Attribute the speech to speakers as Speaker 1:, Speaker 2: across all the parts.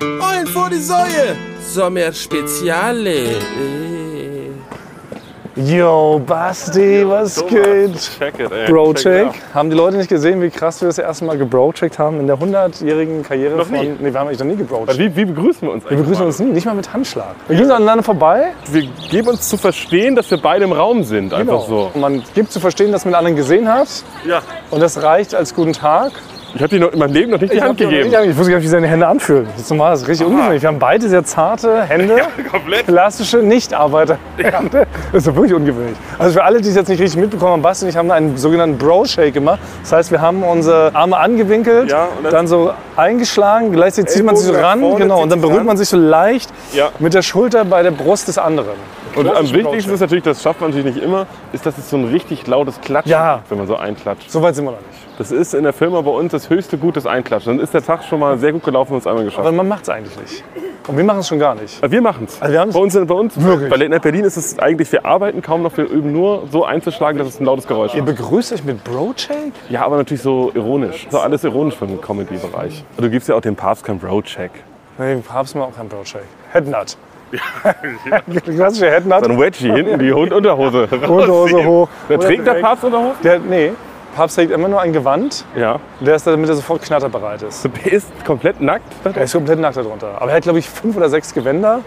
Speaker 1: Hände vor die Säue! Sommerspeziale. Äh.
Speaker 2: Yo, Basti, was geht?
Speaker 3: Check it, ey.
Speaker 2: Brocheck.
Speaker 3: Check it out.
Speaker 2: Haben die Leute nicht gesehen, wie krass wir das erste Mal gebrocheckt haben in der 100-jährigen Karriere
Speaker 3: Noch
Speaker 2: von.
Speaker 3: nie.
Speaker 2: Nee, wir haben eigentlich noch nie
Speaker 3: Aber
Speaker 2: gebrocheckt.
Speaker 3: Wie, wie begrüßen wir uns
Speaker 2: Wir
Speaker 3: eigentlich?
Speaker 2: begrüßen uns nie, nicht mal mit Handschlag. Wir gehen so aneinander vorbei.
Speaker 3: Wir geben uns zu verstehen, dass wir beide im Raum sind. Einfach so.
Speaker 2: Und man gibt zu verstehen, dass man den anderen gesehen hat.
Speaker 3: Ja.
Speaker 2: Und das reicht als guten Tag.
Speaker 3: Ich habe dir noch in meinem Leben noch nicht die Hand
Speaker 2: hab dir noch
Speaker 3: gegeben.
Speaker 2: nicht
Speaker 3: Ah.
Speaker 2: ange- Ich wusste gar nicht, wie seine Hände anfühlen. Das ist normal, das ist richtig ungewöhnlich. Wir haben beide sehr zarte Hände.
Speaker 3: Komplett.
Speaker 2: Klassische Nichtarbeiterhände. Das ist doch wirklich ungewöhnlich. Also für alle, die es jetzt nicht richtig mitbekommen haben, Basti und ich haben einen sogenannten Bro-Shake gemacht. Das heißt, wir haben unsere Arme angewinkelt,
Speaker 3: Ja, und dann-
Speaker 2: dann so eingeschlagen, gleichzeitig zieht man sie so
Speaker 3: Ellbogen nach
Speaker 2: ran,
Speaker 3: vorne,
Speaker 2: genau,
Speaker 3: zieht
Speaker 2: und dann
Speaker 3: sich
Speaker 2: berührt
Speaker 3: ran.
Speaker 2: man sich so leicht
Speaker 3: Ja.
Speaker 2: mit der Schulter bei der Brust des anderen.
Speaker 3: Und am
Speaker 2: Klassische
Speaker 3: wichtigsten
Speaker 2: Brocheck.
Speaker 3: ist natürlich, das schafft man natürlich nicht immer, ist, dass es so ein richtig lautes Klatschen
Speaker 2: Ja.
Speaker 3: gibt, wenn man so einklatscht.
Speaker 2: So weit sind wir noch nicht.
Speaker 3: Das ist in der Firma bei uns das höchste Gut, das Einklatschen. Dann ist der Tag schon mal sehr gut gelaufen und es einmal geschafft.
Speaker 2: Aber man macht es eigentlich nicht. Und wir machen es schon gar nicht.
Speaker 3: Aber wir machen es.
Speaker 2: Also wir haben's-
Speaker 3: bei uns, bei uns
Speaker 2: Wirklich?
Speaker 3: bei Late Night Berlin ist es eigentlich, wir arbeiten kaum noch, wir üben nur so einzuschlagen, dass es ein lautes Geräusch
Speaker 2: Ihr
Speaker 3: ist.
Speaker 2: begrüßt euch mit Bro-Shake?
Speaker 3: Ja, aber natürlich so ironisch. So alles ironisch für den Comedy-Bereich. Du gibst ja auch dem Papst keinen Roadcheck.
Speaker 2: Nee, Papst macht auch keinen Broadshake. Headnut. Klassische Headnut.
Speaker 3: Dann Wedgie, hinten die Hund Unterhose.
Speaker 2: Unterhose hoch.
Speaker 3: Da trägt der
Speaker 2: direkt-
Speaker 3: Papst Unterhose?
Speaker 2: Der, nee, Papst trägt immer nur ein Gewand.
Speaker 3: Ja.
Speaker 2: Der ist, damit er sofort knatterbereit ist.
Speaker 3: Also, Der ist komplett nackt.
Speaker 2: Er ist komplett nackt darunter. Aber er hat, glaube ich, fünf oder sechs Gewänder.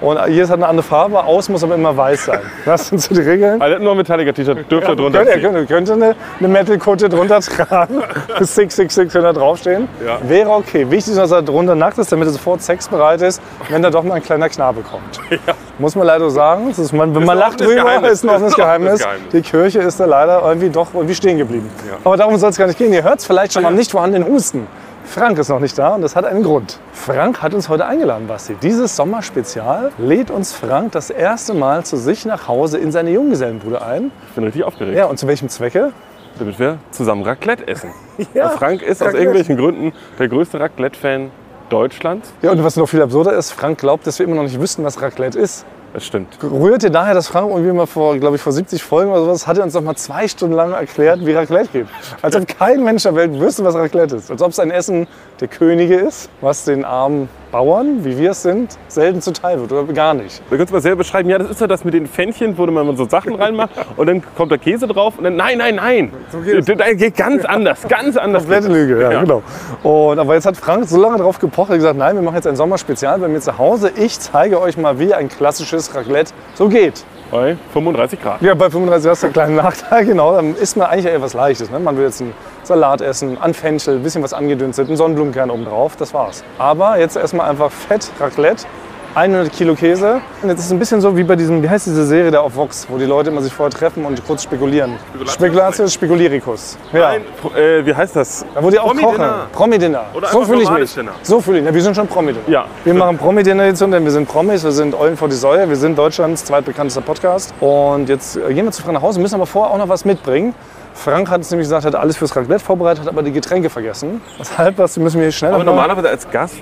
Speaker 2: Und jedes hat eine andere Farbe. Aus muss aber immer weiß sein. Das sind so die Regeln.
Speaker 3: Aber der hat nur ein Metallica-T-Shirt, dürfte er drunter
Speaker 2: Könnte, er
Speaker 3: ziehen.
Speaker 2: könnte, könnte eine, eine Metal-Kutte drunter tragen. Bis 666 könnte da draufstehen.
Speaker 3: Ja.
Speaker 2: Wäre okay. Wichtig ist, dass er drunter nackt ist, damit er sofort sexbereit ist, wenn da doch mal ein kleiner Knabe kommt. Muss man leider so sagen. Das ist, man, wenn man
Speaker 3: ein
Speaker 2: lacht
Speaker 3: offenes
Speaker 2: drüber,
Speaker 3: Geheimnis.
Speaker 2: ist ein offenes
Speaker 3: Ist ein
Speaker 2: Geheimnis.
Speaker 3: offenes Geheimnis.
Speaker 2: Die Kirche ist da leider irgendwie doch irgendwie stehen geblieben. Aber darum soll es gar nicht gehen. Ihr hört es vielleicht schon mal nicht vorhandenen Husten. Frank ist noch nicht da und das hat einen Grund. Frank hat uns heute eingeladen, Basti. Dieses Sommerspezial lädt uns Frank das erste Mal zu sich nach Hause in seine Junggesellenbude ein.
Speaker 3: Ich bin richtig aufgeregt,
Speaker 2: Ja, und zu welchem Zwecke?
Speaker 3: damit wir zusammen Raclette essen.
Speaker 2: Ja,
Speaker 3: Weil Frank ist aus
Speaker 2: Raclette.
Speaker 3: irgendwelchen Gründen der größte Raclette-Fan Deutschlands.
Speaker 2: Ja, und was noch viel absurder ist, Frank glaubt, dass wir immer noch nicht wüssten, was Raclette ist.
Speaker 3: Das stimmt.
Speaker 2: Rührt ihr daher, dass Frank irgendwie mal vor, glaube ich, vor 70 Folgen oder sowas, hat er uns noch mal zwei Stunden lang erklärt, wie Raclette geht. Als ob kein Mensch der Welt wüsste, was Raclette ist. Als ob es ein Essen der Könige ist, was den armen Bauern, wie wir es sind, selten zuteil wird oder gar nicht.
Speaker 3: Wir können es mal selber beschreiben. Ja, das ist ja das mit den Fännchen, wo man so Sachen reinmacht und dann kommt der Käse drauf und dann nein, nein, nein.
Speaker 2: geht
Speaker 3: das geht ganz anders, ganz anders.
Speaker 2: Komplette Lüge, ja,
Speaker 3: Ja.
Speaker 2: genau. Und, aber jetzt hat Frank so lange drauf gepocht, er hat gesagt, nein, wir machen jetzt ein Sommerspezial bei mir zu Hause. Ich zeige euch mal, wie ein klassisches Raclette so geht.
Speaker 3: Bei 35 Grad.
Speaker 2: Ja, bei 35 hast du einen kleinen Nachteil, genau. Dann isst man eigentlich eher was Leichtes. Ne? Man will jetzt einen Salat essen, an Fenchel, ein bisschen was angedünstet, einen Sonnenblumenkern oben drauf, das war's. Aber jetzt erstmal einfach Fett, Raclette, 100 Kilo Käse. Und jetzt ist es ein bisschen so wie bei diesem, wie heißt diese Serie da auf Vox, wo die Leute immer sich vorher treffen und kurz spekulieren. Spekulatius Spekuliricus. Ja.
Speaker 3: Nein, äh, wie heißt das?
Speaker 2: Da wurde ja auch
Speaker 3: Promi-Dinner.
Speaker 2: kochen. Promi-Dinner.
Speaker 3: Oder
Speaker 2: So
Speaker 3: einfach
Speaker 2: fühle ich
Speaker 3: normales
Speaker 2: mich.
Speaker 3: Dinner.
Speaker 2: So fühle ich mich. Ja, wir sind schon Promi-Dinner.
Speaker 3: Ja.
Speaker 2: Wir machen Promi-Dinner-Edition, denn wir sind Promis, wir sind Eulen vor die Säue, wir sind Deutschlands zweitbekanntester Podcast. Und jetzt äh, gehen wir zu Frank nach Hause, müssen aber vorher auch noch was mitbringen. Frank hat uns nämlich gesagt, er hat alles fürs Raclette vorbereitet, hat aber die Getränke vergessen. Deshalb was, müssen wir hier schnell
Speaker 3: Aber normalerweise als Gast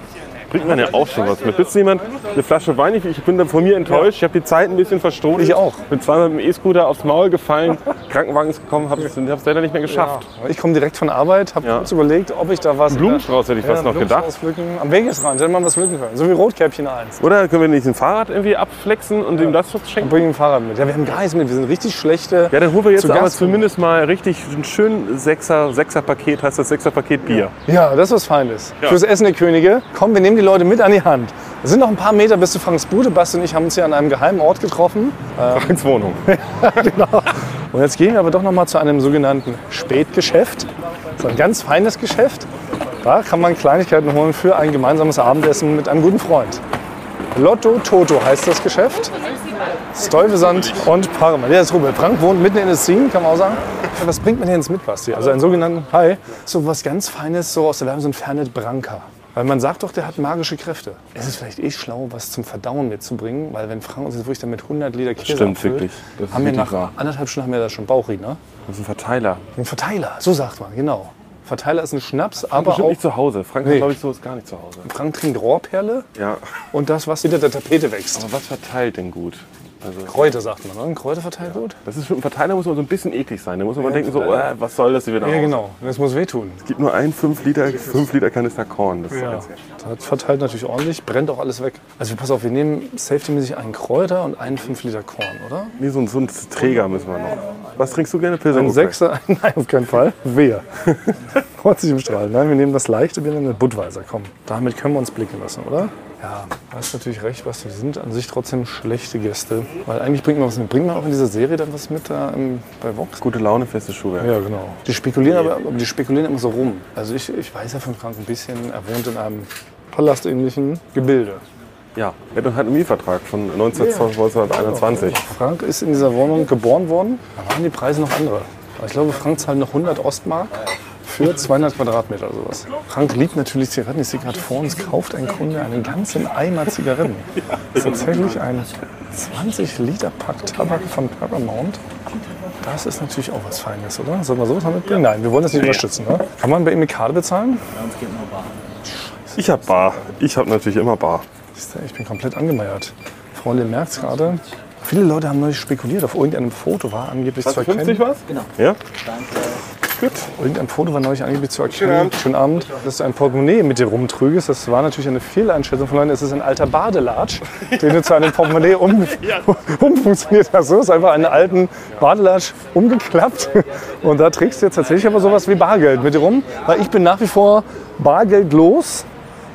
Speaker 3: bringt man ja auch schon was mit. Bist du jemand, eine Flasche Wein? Ich- Ich bin da von mir enttäuscht. Ich habe die Zeit ein bisschen verstohlen.
Speaker 2: Ich auch.
Speaker 3: Bin zweimal mit dem E-Scooter aufs Maul gefallen, Krankenwagen ist gekommen, habe es hab's leider nicht mehr geschafft.
Speaker 2: Ich komme direkt von Arbeit, habe
Speaker 3: Ja.
Speaker 2: kurz überlegt, ob ich da was...
Speaker 3: Blumenstrauß hätte ich fast noch
Speaker 2: Blumenstrauß
Speaker 3: gedacht.
Speaker 2: Pflücken. Am Wegesrand hätte man was pflücken können. So wie Rotkäppchen eins.
Speaker 3: Oder können wir nicht ein Fahrrad irgendwie abflexen und ihm das schenken?
Speaker 2: Und bringen ein Fahrrad mit. Ja, wir haben gar nichts mit. Wir sind richtig schlechte...
Speaker 3: Ja, dann holen wir jetzt
Speaker 2: Zu
Speaker 3: aber
Speaker 2: Gast-
Speaker 3: zumindest mal richtig ein schön Sechser, Sechser-Paket, heißt das Sechser-Paket Bier.
Speaker 2: Ja, das ist was Feines.
Speaker 3: Ja.
Speaker 2: Fürs Essen der Könige. Komm, wir nehmen die Leute mit an die Hand. Es sind noch ein paar Meter bis zu Franks Bude. Basti und ich haben uns hier an einem geheimen Ort getroffen. Ähm, genau.
Speaker 3: Ach, ins Wohnung.
Speaker 2: Und jetzt gehen wir aber doch noch mal zu einem sogenannten Spätgeschäft. Das ist ein ganz feines Geschäft. Da kann man Kleinigkeiten holen für ein gemeinsames Abendessen mit einem guten Freund. Lotto Toto heißt das Geschäft. Stuyvesant und Parma. Der ist Rubel. Frank wohnt mitten in Essin, kann man auch sagen. Was bringt man denn jetzt mit, Basti? Also einen sogenannten Hi. So was ganz Feines, so aus der Werbung, so ein Fernet Branca. Weil man sagt doch, der hat magische Kräfte. Es ist vielleicht eh schlau, was zum Verdauen mitzubringen, weil wenn Frank uns jetzt wirklich dann mit 100 Liter Käse
Speaker 3: stimmt
Speaker 2: abfüllt,
Speaker 3: wirklich. Das ist
Speaker 2: haben wir
Speaker 3: wirklich
Speaker 2: nach
Speaker 3: wahr.
Speaker 2: anderthalb Stunden haben wir da schon Bauchredner.
Speaker 3: Das ist ein Verteiler.
Speaker 2: Ein Verteiler, so sagt man, genau. Verteiler ist ein Schnaps, aber
Speaker 3: Bestimmt
Speaker 2: auch
Speaker 3: nicht zu Hause. Frank
Speaker 2: Nee.
Speaker 3: glaube ich, so ist gar nicht zu Hause.
Speaker 2: Frank trinkt Rohrperle
Speaker 3: Ja.
Speaker 2: und das, was hinter der Tapete wächst.
Speaker 3: Aber was verteilt denn gut?
Speaker 2: Kräuter sagt man, ne? Kräuterverteilgut?
Speaker 3: Das ist für einen Verteiler muss man so ein bisschen eklig sein. Da muss man mal denken so, äh, was soll das hier wieder?
Speaker 2: Ja,
Speaker 3: aus?
Speaker 2: genau. Das muss wehtun.
Speaker 3: Es gibt nur einen 5 Liter, 5 Liter Kanister Korn. Das
Speaker 2: Ja. Das verteilt natürlich ordentlich, brennt auch alles weg. Also pass auf, wir nehmen safetymäßig einen Kräuter und einen 5 Liter Korn, oder?
Speaker 3: Nee, so, ein- so ein Träger müssen wir noch. Was trinkst du gerne? Pilsen?
Speaker 2: Ein Sechser, nein, auf keinen Fall. Wehe. Freut sich im Strahl. Nein, wir nehmen das Leichte, wir nehmen den Budweiser. Komm, damit können wir uns blicken lassen, oder? Ja, du hast natürlich recht, was wir sind an sich trotzdem schlechte Gäste. Weil eigentlich bringt man was mit. Bringt man auch in dieser Serie dann was mit da im, bei Vox?
Speaker 3: Gute Laune, festes Schuhwerk.
Speaker 2: Ja, genau. Die spekulieren aber, aber die spekulieren immer so rum. Also ich, ich weiß ja von Frank ein bisschen, er wohnt in einem palastähnlichen Gebilde.
Speaker 3: Ja. Er hat einen Mietvertrag von 19,
Speaker 2: Ja.
Speaker 3: 1921.
Speaker 2: Frank ist in dieser Wohnung geboren worden. Da waren die Preise noch andere. Aber ich glaube, Frank zahlt noch 100 Ostmark für 200 Quadratmeter oder sowas. Frank liebt natürlich Zigaretten. Ich sehe gerade vor uns, kauft ein Kunde einen ganzen Eimer Zigaretten. Das ist tatsächlich ein 20-Liter-Pack Tabak von Paramount. Das ist natürlich auch was Feines, oder? Sollen wir sowas noch mitbringen? Nein, wir wollen das nicht unterstützen. Ne? Kann man bei ihm mit Karte bezahlen?
Speaker 3: Ich hab Bar. Ich hab natürlich immer Bar.
Speaker 2: Siehst du, Ich bin komplett angemeiert. Freunde, ihr merkt es gerade. Viele Leute haben neulich spekuliert, auf irgendeinem Foto war angeblich zu erkennen.
Speaker 3: was? Genau. Ja?
Speaker 2: Gut. Irgendein Foto war neulich angeblich zu erkennen. Schönen Abend. Dass du ein Portemonnaie mit dir rumtrügest, das war natürlich eine Fehleinschätzung von Leuten. Es ist ein alter Badelatsch, den du zu einem Portemonnaie um, umfunktioniert hast. So ist einfach einen alten Badelatsch umgeklappt. Und da trägst du jetzt tatsächlich aber sowas wie Bargeld mit dir rum. Weil ich bin nach wie vor bargeldlos.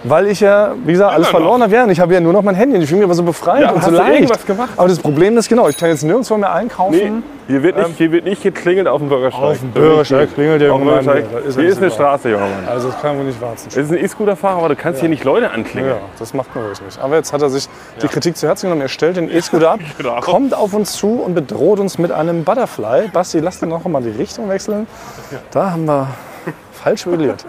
Speaker 2: Weil ich ja, wie gesagt, alles verloren habe. Ja, und ich habe ja nur noch mein Handy. Und ich fühle mich aber so befreit
Speaker 3: Ja,
Speaker 2: und so
Speaker 3: hast du
Speaker 2: leicht.
Speaker 3: irgendwas gemacht?
Speaker 2: Aber das Problem ist, genau, ich kann jetzt nirgendwo mehr einkaufen.
Speaker 3: Nee, hier wird nicht, hier wird nicht geklingelt auf dem Bürgersteig.
Speaker 2: Hm? Ähm. Auf dem Bürgersteig klingelt der
Speaker 3: Auf dem
Speaker 2: junge Mann.
Speaker 3: Bürgersteig.
Speaker 2: Ja, das ist
Speaker 3: Hier ist eine
Speaker 2: super.
Speaker 3: Straße, junger Mann.
Speaker 2: Also das kann wohl nicht wahr sein.
Speaker 3: Es ist ein E-Scooter-Fahrer, aber du kannst hier nicht Leute anklingeln.
Speaker 2: Ja, das macht man ruhig nicht. Aber jetzt hat er sich die Kritik zu Herzen genommen. Er stellt den E-Scooter ab,
Speaker 3: Genau.
Speaker 2: kommt auf uns zu und bedroht uns mit einem Butterfly. Basti, lass den noch mal die Richtung wechseln. Da haben wir falsch modelliert.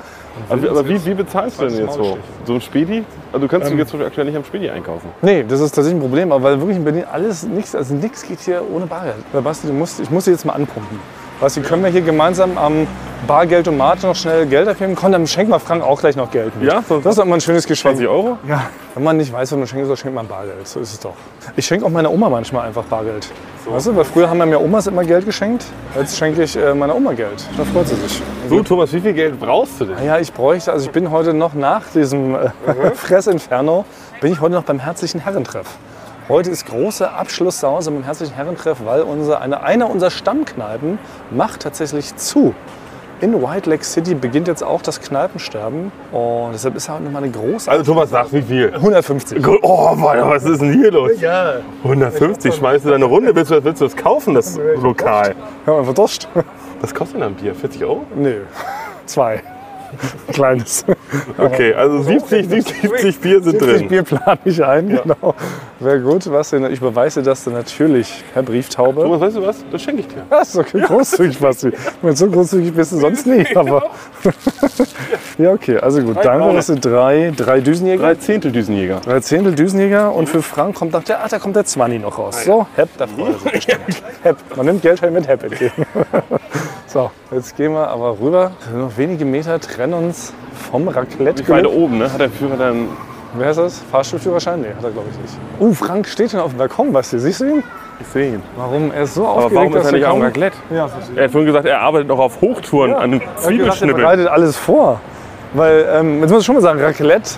Speaker 3: Aber, aber wie, wie bezahlst du denn jetzt so? So ein Spedi? Also du kannst du jetzt zum Beispiel aktuell nicht am Spedi einkaufen.
Speaker 2: Nee, das ist tatsächlich ein Problem, aber weil wirklich in Berlin alles nichts, also nichts geht hier ohne Bargeld. Weil Basti, du musst, ich muss dich jetzt mal anpumpen. Basti, können wir hier gemeinsam am Bargeld und Mate noch schnell Geld abheben? Komm, dann schenkt mal Frank auch gleich noch Geld mit.
Speaker 3: Ja, so-
Speaker 2: das ist doch mal ein schönes Geschenk.
Speaker 3: 20 Euro?
Speaker 2: Ja, wenn man nicht weiß, was man schenken soll, schenkt man Bargeld. So ist es doch. Ich schenke auch meiner Oma manchmal einfach Bargeld. Weißt du, weil früher haben ja mir Omas immer Geld geschenkt. Jetzt schenke ich äh, meiner Oma Geld. Da freut sie sich.
Speaker 3: So, Thomas, wie viel Geld brauchst du denn?
Speaker 2: Ja, ich bräuchte, also ich bin heute noch nach diesem äh, Fressinferno, bin ich heute noch beim Herzlichen Herrentreff. Heute ist große Abschlusssause beim Herzlichen Herrentreff, weil unser, eine, eine unserer Stammkneipen macht tatsächlich zu. In White Lake City beginnt jetzt auch das Kneipensterben und deshalb ist heute nochmal eine große...
Speaker 3: Also Thomas, sag wie viel.
Speaker 2: 150.
Speaker 3: Oh Mann, was ist denn hier los?
Speaker 2: Ja.
Speaker 3: 150, schmeißt du da eine Runde? Willst du, willst du das kaufen, das Lokal?
Speaker 2: Ja, einfach Durst?
Speaker 3: Was kostet denn ein Bier? 40 Euro?
Speaker 2: Nö. Zwei. Kleines.
Speaker 3: Okay, also 70, 70, 70 Bier sind
Speaker 2: Ich
Speaker 3: drin.
Speaker 2: Bier plan ich ein, genau. Wäre gut, was denn? Ich beweise das dann natürlich, Herr Brieftaube.
Speaker 3: Thomas, weißt du was? Das schenke ich dir.
Speaker 2: Das ist okay, großzügig, Basti. Wenn so großzügig bist du sonst nicht, aber. ja, okay, also gut. Danke,
Speaker 3: Braune.
Speaker 2: dass du drei, drei Düsenjäger.
Speaker 3: Drei Zehntel Düsenjäger.
Speaker 2: Drei Zehntel Düsenjäger und für Frank kommt nach der, ah, da kommt der 20 noch raus. So, Hepp, da freut er sich bestimmt. Hepp, man nimmt Geldschein mit Hepp entgegen. so, jetzt gehen wir aber rüber. Noch wenige Meter trennen uns vom raclette
Speaker 3: Ich meine oben, ne? Hat der Führer dann.
Speaker 2: Wer ist das? Fahrstuhlführerschein? Nee, hat er glaube ich nicht. Uh, Frank steht schon auf dem Balkon, Basti. Siehst du ihn?
Speaker 3: Ich sehe ihn.
Speaker 2: Warum? Er ist so
Speaker 3: Aber
Speaker 2: aufgeregt,
Speaker 3: warum ist
Speaker 2: dass
Speaker 3: er
Speaker 2: wir
Speaker 3: nicht am
Speaker 2: kaum-
Speaker 3: Raclette?
Speaker 2: Ja, verstehe.
Speaker 3: Er hat vorhin gesagt, er arbeitet noch auf Hochtouren an einem
Speaker 2: Er hat gesagt, er
Speaker 3: Zwiebelschnibbel.
Speaker 2: bereitet alles vor. Weil, ähm, jetzt muss ich schon mal sagen, Raclette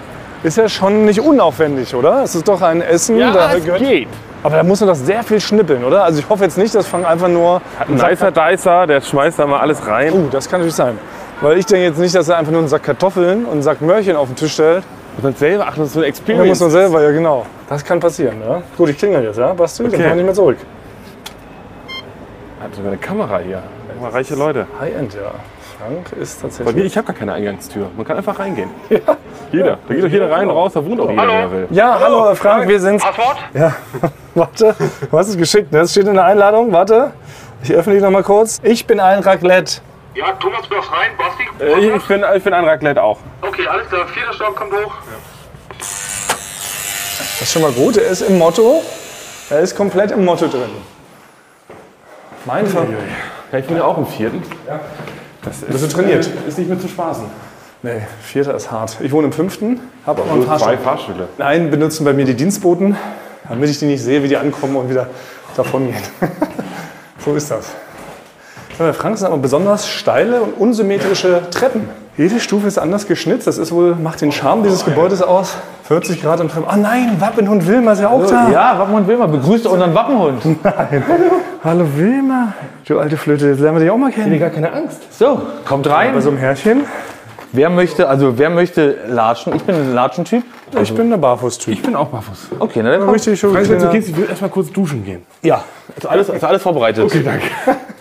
Speaker 2: ist ja schon nicht unaufwendig, oder? Es ist doch ein Essen, da
Speaker 3: es
Speaker 2: gehört-
Speaker 3: geht.
Speaker 2: aber da muss man doch sehr viel schnippeln, oder? Also ich hoffe jetzt nicht, dass Frank einfach nur...
Speaker 3: Ein nicer Dicer, der schmeißt da mal alles rein.
Speaker 2: Uh, das kann natürlich sein. Weil ich denke jetzt nicht, dass er einfach nur einen Sack Kartoffeln und einen Sack Möhrchen auf den Tisch stellt.
Speaker 3: Muss man selber, ach, das ist so eine
Speaker 2: Da muss
Speaker 3: Experience.
Speaker 2: man selber, ja genau. Das kann passieren, ja? Gut, ich klingel jetzt, ja? Basti, dann
Speaker 3: Okay.
Speaker 2: kann ich nicht mehr zurück.
Speaker 3: Hat sogar eine Kamera hier. Guck mal, reiche Leute.
Speaker 2: High-End, ja. Frank ist
Speaker 3: Bei mir,
Speaker 2: tatsächlich...
Speaker 3: ich habe gar keine Eingangstür. Man kann einfach reingehen. Jeder. Da geht doch jeder rein,
Speaker 4: Genau.
Speaker 3: raus, da wohnt auch jeder, der will.
Speaker 2: Ja, hallo, Frank, Ah. wir sind's. Ja, warte, du hast es geschickt, ne? Das steht in der Einladung, warte. Ich öffne die noch mal kurz. Ich bin ein Raclette.
Speaker 5: Ja, Thomas, du darfst rein, Basti.
Speaker 3: Äh, Ich bin, ich bin ein Raclette auch.
Speaker 5: Okay, alles klar, vierter Stock kommt hoch.
Speaker 2: Das ist schon mal gut, er ist im Motto. Er ist komplett im Motto drin. Meine Familie.
Speaker 3: Ja, ich bin ja auch im vierten.
Speaker 2: Bist du trainiert?
Speaker 3: Ist nicht mit zu spaßen.
Speaker 2: Nee, vierter ist hart. Ich wohne im fünften, habe aber ein
Speaker 3: Nur
Speaker 2: paar
Speaker 3: zwei
Speaker 2: Stunden.
Speaker 3: Fahrstühle.
Speaker 2: Einen benutzen bei mir die Dienstboten. damit ich die nicht sehe, wie die ankommen und wieder davongehen. so ist das. Ja, Bei Frank sind aber besonders steile und unsymmetrische Treppen. Jede Stufe ist anders geschnitzt. Das ist wohl, macht den Charme dieses Gebäudes aus. 40 Grad und Treppen. Ah nein, Wappenhund Wilma ist ja auch da.
Speaker 4: Ah. Ja, Wappenhund Wilma, begrüßt unseren Wappenhund. Ich
Speaker 2: Hallo Wilma. Du alte Flöte, jetzt lernen wir dich auch mal kennen.
Speaker 4: gar keine Angst. So, kommt rein.
Speaker 3: Also-
Speaker 2: Bei so einem Herrchen.
Speaker 4: wer möchte, also wer möchte latschen? Ich bin ein Latschentyp.
Speaker 2: Ich bin der Barfuß-Typ.
Speaker 3: bin auch barfuß.
Speaker 4: Okay, na dann komm.
Speaker 2: Richtig schön.
Speaker 3: Weißt du, jetzt ich will erstmal kurz duschen gehen.
Speaker 4: Ja, ist alles, ist alles vorbereitet. Okay, danke.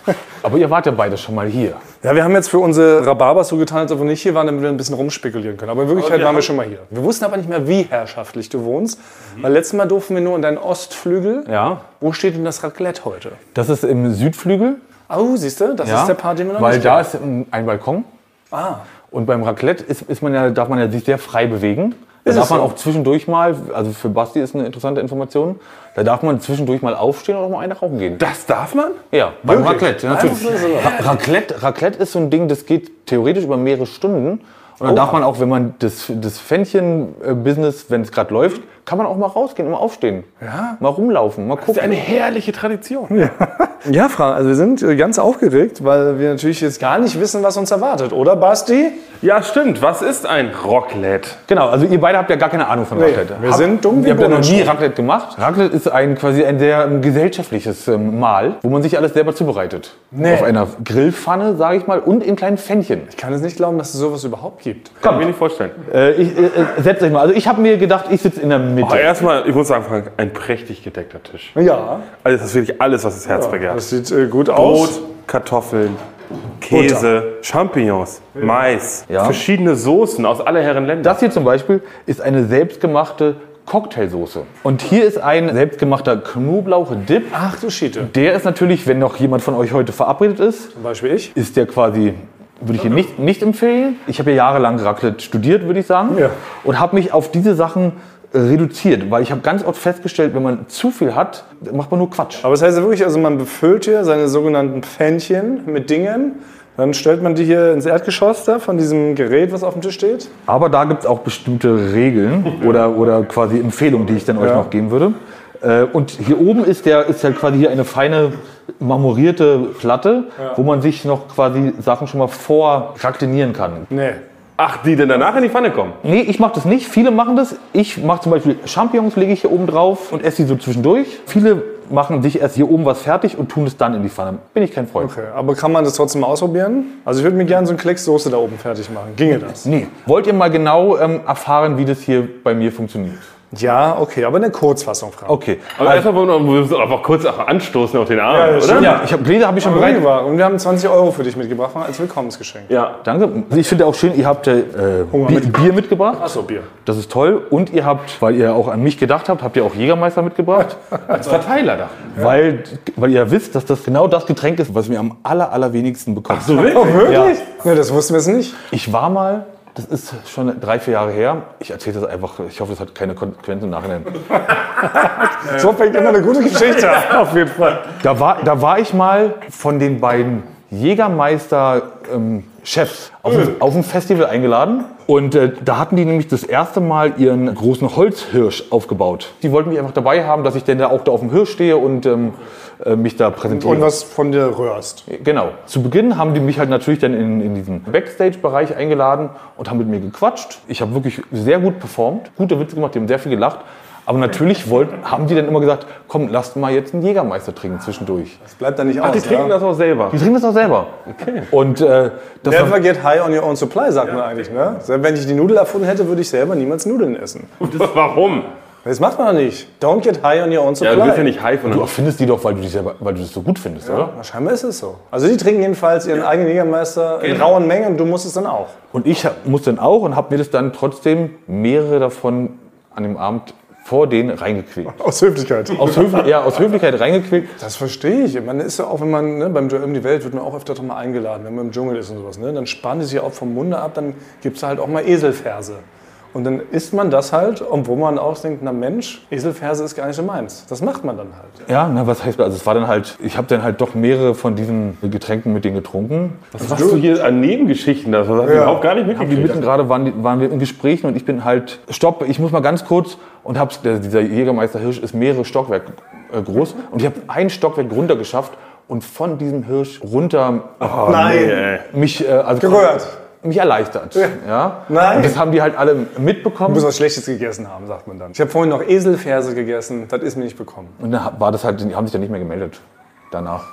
Speaker 4: Aber ihr wart ja beide schon mal hier.
Speaker 2: Ja, wir haben jetzt für unsere Rhabarbers so getan, als ob wir nicht hier waren, damit wir ein bisschen rumspekulieren können. Aber in Wirklichkeit waren wir schon mal hier. Wir wussten aber nicht mehr, wie herrschaftlich du wohnst. Weil letztes Mal durften wir nur in deinen Ostflügel.
Speaker 4: Ja.
Speaker 2: Wo steht denn das Raclette heute?
Speaker 4: Das ist im Südflügel.
Speaker 2: Oh, siehst du, das ist der Part, den wir noch
Speaker 4: Weil
Speaker 2: nicht kennen.
Speaker 4: da ist ein ein Balkon.
Speaker 3: Ah.
Speaker 4: Und beim Raclette ist, ist man ja, darf man ja sich sehr frei bewegen. Da
Speaker 2: Ist
Speaker 4: darf
Speaker 2: es
Speaker 4: man
Speaker 2: so?
Speaker 4: auch zwischendurch mal, also für Basti ist eine interessante Information, da darf man zwischendurch mal aufstehen und auch mal eine rauchen gehen.
Speaker 3: Das darf man?
Speaker 4: Ja, beim
Speaker 2: Wirklich?
Speaker 4: Raclette. ja, Natürlich. Ra Raclette, Raclette ist so ein Ding, das geht theoretisch über mehrere Stunden. Und
Speaker 2: Oh.
Speaker 4: dann darf man auch, wenn man das, das Fännchen-Business, wenn es gerade läuft, kann man auch mal rausgehen und mal aufstehen. Ja. Mal rumlaufen, mal
Speaker 3: Das ist eine
Speaker 4: gucken.
Speaker 3: herrliche Tradition.
Speaker 2: Ja, Frank, also wir sind äh, ganz aufgeregt, weil wir natürlich jetzt gar nicht wissen, was uns erwartet, oder Basti?
Speaker 3: Ja, stimmt. Was ist ein Raclette?
Speaker 4: Genau, also ihr beide habt ja gar keine Ahnung von Raclette.
Speaker 2: wir sind dumm wie
Speaker 4: Ihr habt ja noch nie
Speaker 2: Bohnenstiel.
Speaker 4: Raclette gemacht. Raclette ist ein quasi ein sehr ähm, gesellschaftliches ähm, Mahl, wo man sich alles selber zubereitet.
Speaker 2: Nee.
Speaker 4: Auf einer Grillpfanne, sage ich mal, und in kleinen Pfännchen.
Speaker 2: Ich kann es nicht glauben, dass es sowas überhaupt gibt.
Speaker 3: Kann ich mir nicht vorstellen.
Speaker 4: Äh, ich, äh, äh, setzt euch mal. Also ich habe mir gedacht, ich sitze in der Mitte.
Speaker 2: Oh,
Speaker 3: Aber erstmal, ich muss sagen, Frank, ein prächtig gedeckter Tisch.
Speaker 2: Ja,
Speaker 3: Also das ist wirklich alles, was das Herz begehrt.
Speaker 2: das sieht äh, gut aus.
Speaker 3: Brot, Kartoffeln, Käse, Champignons, Mais,
Speaker 4: Ja.
Speaker 3: verschiedene Soßen aus aller Herren Länder.
Speaker 4: Das hier zum Beispiel ist eine selbstgemachte Cocktailsoße. Und hier ist ein selbstgemachter Knoblauch-Dip.
Speaker 2: Ach du Schiete.
Speaker 4: Der ist natürlich, wenn noch jemand von euch heute verabredet ist,
Speaker 2: Zum Beispiel ich.
Speaker 4: ist der quasi, würde ich hier nicht, nicht empfehlen. Ich habe ja jahrelang Raclette studiert, würde ich sagen.
Speaker 2: Ja.
Speaker 4: Und habe mich auf diese Sachen äh, reduziert, weil ich habe ganz oft festgestellt, wenn man zu viel hat, macht man nur Quatsch.
Speaker 2: Aber das heißt ja wirklich, also man befüllt hier seine sogenannten Pfännchen mit Dingen. Dann stellt man die hier ins Erdgeschoss da von diesem Gerät, was auf dem Tisch steht.
Speaker 4: Aber da gibt es auch bestimmte Regeln oder, oder quasi Empfehlungen, die ich dann euch
Speaker 2: Ja.
Speaker 4: noch geben würde. Äh, Und hier oben ist, der, ist halt quasi hier eine feine marmorierte Platte, wo man sich noch quasi Sachen schon mal vorraktinieren kann.
Speaker 2: Nee.
Speaker 3: Ach, die denn danach in die Pfanne kommen?
Speaker 4: Nee, ich mache das nicht. Viele machen das. Ich mache zum Beispiel Champignons, lege ich hier oben drauf und esse die so zwischendurch. Viele machen sich erst hier oben was fertig und tun es dann in die Pfanne. Bin ich kein Freund.
Speaker 2: Okay, aber kann man das trotzdem mal ausprobieren? Also ich würde mir gerne so einen Klecks Soße da oben fertig machen. Ginge das?
Speaker 4: Nee. Wollt ihr mal genau ähm, erfahren, wie das hier bei mir funktioniert?
Speaker 2: Ja, okay, aber eine Kurzfassung fragen.
Speaker 4: Okay.
Speaker 3: Aber erstmal wollen wir wir müssen einfach kurz auch anstoßen auf den Arm,
Speaker 2: Ja, das
Speaker 3: oder?
Speaker 2: stimmt.
Speaker 4: Ja, ich habe Gläser habe ich schon bereit.
Speaker 2: Wunderbar. Und wir haben 20 Euro für dich mitgebracht als Willkommensgeschenk.
Speaker 3: Ja.
Speaker 4: Danke. Also Ich finde auch schön, ihr habt äh, Bier,
Speaker 2: mitgebracht.
Speaker 4: Bier mitgebracht.
Speaker 2: Achso, Bier.
Speaker 4: Das ist toll. Und ihr habt, weil ihr auch an mich gedacht habt, habt ihr auch Jägermeister mitgebracht.
Speaker 3: Als Verteiler da.
Speaker 4: Weil, weil ihr wisst, dass das genau das Getränk ist, was mir am aller, allerwenigsten bekommt.
Speaker 3: So wirklich?
Speaker 2: Wirklich? Ja. das wussten wir jetzt nicht.
Speaker 4: Ich war mal, das ist schon drei, vier Jahre her. Ich erzähle das einfach, ich hoffe, das hat keine Konsequenzen im Nachhinein.
Speaker 2: So fängt immer eine gute Geschichte an. Äh. Auf jeden Fall.
Speaker 4: Da war, da war ich mal von den beiden Jägermeister-Chefs auf, ein- auf ein Festival eingeladen. Und äh, da hatten die nämlich das erste Mal ihren großen Holzhirsch aufgebaut. Die wollten mich einfach dabei haben, dass ich denn da auch da auf dem Hirsch stehe und ähm, äh, mich da präsentiere.
Speaker 2: Und was von dir rührst.
Speaker 4: Genau. Zu Beginn haben die mich halt natürlich dann in, in diesen Backstage-Bereich eingeladen und haben mit mir gequatscht. Ich habe wirklich sehr gut performt, gute Witze gemacht, die haben sehr viel gelacht. Aber natürlich wollten, haben die dann immer gesagt, komm, lasst mal jetzt einen Jägermeister trinken zwischendurch.
Speaker 2: Das bleibt da nicht aus.
Speaker 3: Die trinken das auch selber.
Speaker 4: Die trinken das auch selber. Und äh, das war,
Speaker 2: Never get high on your own supply, sagt man eigentlich. Ne? Selbst Wenn ich die Nudel erfunden hätte, würde ich selber niemals Nudeln essen.
Speaker 3: Warum?
Speaker 2: Das macht man doch nicht. Don't get high on your own supply.
Speaker 3: Ja, du bist ja nicht high von
Speaker 4: du erfindest die doch, weil du, die selber, weil du das so gut findest, oder?
Speaker 2: Na, Scheinbar ist es so. Also die trinken jedenfalls ihren eigenen Jägermeister in
Speaker 3: Genau.
Speaker 2: rauen Mengen und du musst es dann auch.
Speaker 4: Und ich hab- muss dann auch und habe mir das dann trotzdem mehrere davon an dem Abend vor denen reingequält.
Speaker 2: Aus Höflichkeit.
Speaker 4: Aus, Höfli ja, aus Höflichkeit reingequält.
Speaker 2: Das verstehe ich. Man ist ja auch, wenn man ne, beim Duell um die Welt wird man auch öfter doch mal eingeladen, wenn man im Dschungel ist und sowas. Ne? Dann spannen die sich auch vom Munde ab, dann gibt es halt auch mal Eselferse. Und dann isst man das halt, obwohl man auch denkt, na Mensch, Eselferse ist gar nicht so meins. Das macht man dann halt.
Speaker 4: Ja, na, was heißt das? Also es war dann halt, ich habe dann halt doch mehrere von diesen Getränken mit denen getrunken.
Speaker 3: Was hast du hier an Nebengeschichten? Das hast du überhaupt gar nicht
Speaker 4: Die
Speaker 3: mitgekriegt.
Speaker 4: mitten gerade waren, die- waren wir in Gesprächen und ich bin halt, stopp, ich muss mal ganz kurz und hab's, der, dieser Jägermeister Hirsch ist mehrere Stockwerke äh, groß und ich habe ein Stockwerk runter geschafft und von diesem Hirsch runter oh,
Speaker 3: Ey.
Speaker 4: mich, äh, also
Speaker 2: Gerührt.
Speaker 4: mich erleichtert. Ja.
Speaker 2: Nein.
Speaker 4: Und das haben die halt alle
Speaker 2: Du
Speaker 4: mitbekommen.
Speaker 2: musst was Schlechtes gegessen haben, sagt man dann. Ich habe vorhin noch Eselferse gegessen, das ist mir nicht bekommen.
Speaker 4: Und dann war das halt, die haben sich dann nicht mehr gemeldet danach.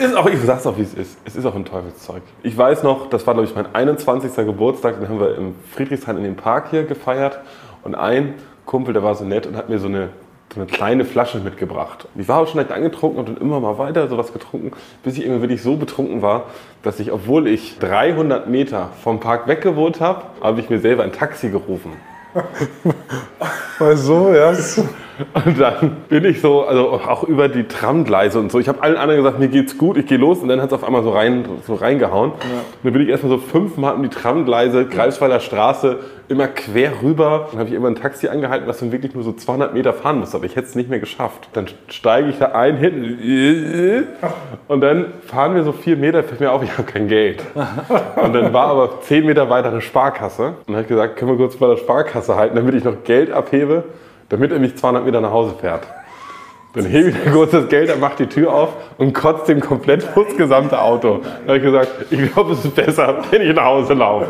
Speaker 3: Ist auch, ich sag's auch, wie es ist. Es ist auch ein Teufelszeug. Ich weiß noch, das war, glaube ich, mein 21. Geburtstag. Den haben wir im Friedrichshain in dem Park hier gefeiert. Und ein Kumpel, der war so nett und hat mir so eine, so eine kleine Flasche mitgebracht. Ich war auch schon leicht angetrunken und dann immer mal weiter sowas getrunken, bis ich irgendwie wirklich so betrunken war, dass ich, obwohl ich 300 Meter vom Park weggewohnt habe, habe ich mir selber ein Taxi gerufen.
Speaker 2: Weil so, ja.
Speaker 3: Und dann bin ich so, also auch über die Tramgleise und so. Ich habe allen anderen gesagt, mir geht's gut, ich gehe los. Und dann hat es auf einmal so, rein, so reingehauen. Und dann bin ich erstmal so fünfmal um die Tramgleise, Greifswalder Straße, immer quer rüber. Dann habe ich immer ein Taxi angehalten, was dann wirklich nur so 200 Meter fahren musste. Aber ich hätte es nicht mehr geschafft. Dann steige ich da ein, hinten. Und dann fahren wir so vier Meter, fällt mir auf, ich habe kein Geld. Und dann war aber zehn Meter weiter eine Sparkasse. Und hat gesagt, können wir kurz bei der Sparkasse halten, damit ich noch Geld abhebe, damit er mich 200 Meter nach Hause fährt. Dann hebe ich da kurz das Geld ab, macht die Tür auf und kotzt dem komplett vor das gesamte Auto. Dann habe ich gesagt, ich glaube, es ist besser, wenn ich nach Hause laufe.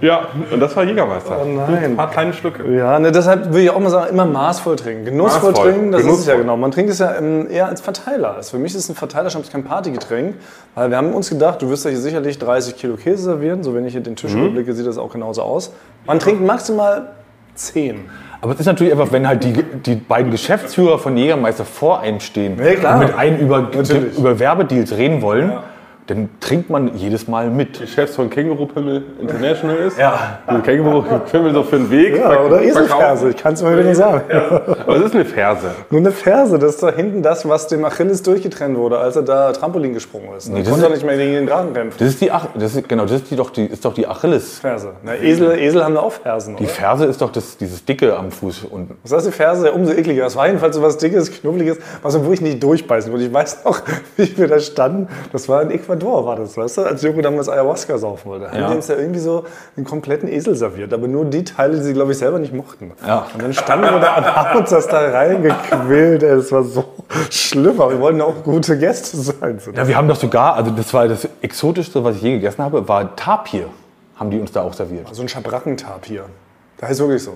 Speaker 3: Ja, und das war Jägermeister. Ein
Speaker 2: Oh Nein.
Speaker 3: paar kleine Stücke.
Speaker 2: Ja, ne, deshalb will ich auch mal sagen, immer maßvoll trinken. Genussvoll
Speaker 3: Maßvoll,
Speaker 2: trinken, das ist es ja
Speaker 3: genussvoll.
Speaker 2: genau. Man trinkt es ja ähm, eher als Verteiler. Also für mich ist ein Verteiler schon kein Partygetränk, weil wir haben uns gedacht, du wirst ja hier sicherlich 30 Kilo Käse servieren. So, wenn ich hier den Tisch überblicke, sieht das auch genauso aus. Man trinkt maximal 10.
Speaker 4: Aber es ist natürlich einfach, wenn halt die, die beiden Geschäftsführer von Jägermeister vor einem stehen
Speaker 2: Ja, klar.
Speaker 4: und mit einem über,
Speaker 2: Natürlich.
Speaker 4: über Werbedeals reden wollen, dann trinkt man jedes Mal mit.
Speaker 3: Chefs von Känguru Pimmel International ist.
Speaker 4: Ja.
Speaker 3: Und Känguru Pimmel so für den Weg.
Speaker 2: Ja, oder
Speaker 3: verkaufen.
Speaker 2: Eselferse, ich kann es mal wieder nicht sagen.
Speaker 3: Aber es ist eine Ferse.
Speaker 2: Nur eine Ferse, das ist da hinten das, was dem Achilles durchgetrennt wurde, als er da Trampolin gesprungen ist. Nee,
Speaker 4: das
Speaker 2: konnte
Speaker 4: ist-
Speaker 2: er nicht mehr gegen den Drachen kämpfen.
Speaker 4: Das ist die Ach das ist, genau, das ist die doch die ist doch die Achilles.
Speaker 2: Ferse. Na, Esel, Esel haben da auch Fersen,
Speaker 4: Die
Speaker 2: oder?
Speaker 4: Ferse ist doch das, dieses dicke am Fuß unten.
Speaker 2: Das heißt, die Ferse ja umso ekliger. Das war jedenfalls so was Dickes, Knubbeliges, was man wirklich nicht durchbeißen konnte. Ich weiß noch, wie wir da standen. Das war in Ecuador, war das, weißt du? Als Joko damals Ayahuasca saufen wollte. Haben
Speaker 4: Ja.
Speaker 2: die uns ja irgendwie so einen kompletten Esel serviert. Aber nur die Teile, die sie, glaube ich, selber nicht mochten.
Speaker 4: Ja.
Speaker 2: Und dann standen wir da und haben uns das da reingequält. ey. Das war so schlimm. Aber wir wollten auch gute Gäste sein. So.
Speaker 4: Ja, wir haben doch sogar, also das war das exotischste, was ich je gegessen habe, war Tapir. Haben die uns da auch serviert.
Speaker 2: So ein Schabrackentapir. Da heißt wirklich so.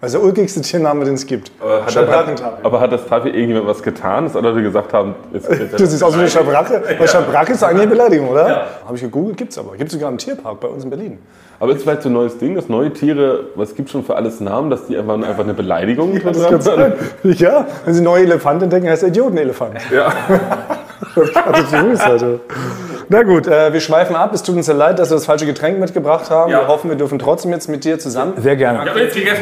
Speaker 2: Also der ulkigste Tiername, den es gibt.
Speaker 4: Äh,
Speaker 3: Hat das, aber hat das Tafi irgendjemand was getan? Dass alle gesagt haben, jetzt, jetzt,
Speaker 2: Äh, Du siehst aus wie eine Schabracke. Weil Schabracke ist eigentlich eine Beleidigung, oder? Habe ich gegoogelt, gibt's aber. Gibt's sogar im Tierpark bei uns in Berlin.
Speaker 3: Aber ist vielleicht so ein neues Ding, dass neue Tiere, was gibt schon für alles Namen, dass die einfach, einfach eine Beleidigung drin
Speaker 2: Das kann sein. Ja, wenn sie neue Elefanten entdecken, heißt er Idiotenelefant.
Speaker 3: Ja.
Speaker 2: Das kann nicht gut sein, Alter. Na gut, äh, wir schweifen ab. Es tut uns ja leid, dass wir das falsche Getränk mitgebracht haben. Wir hoffen, wir dürfen trotzdem jetzt mit dir zusammen
Speaker 4: Sehr gerne.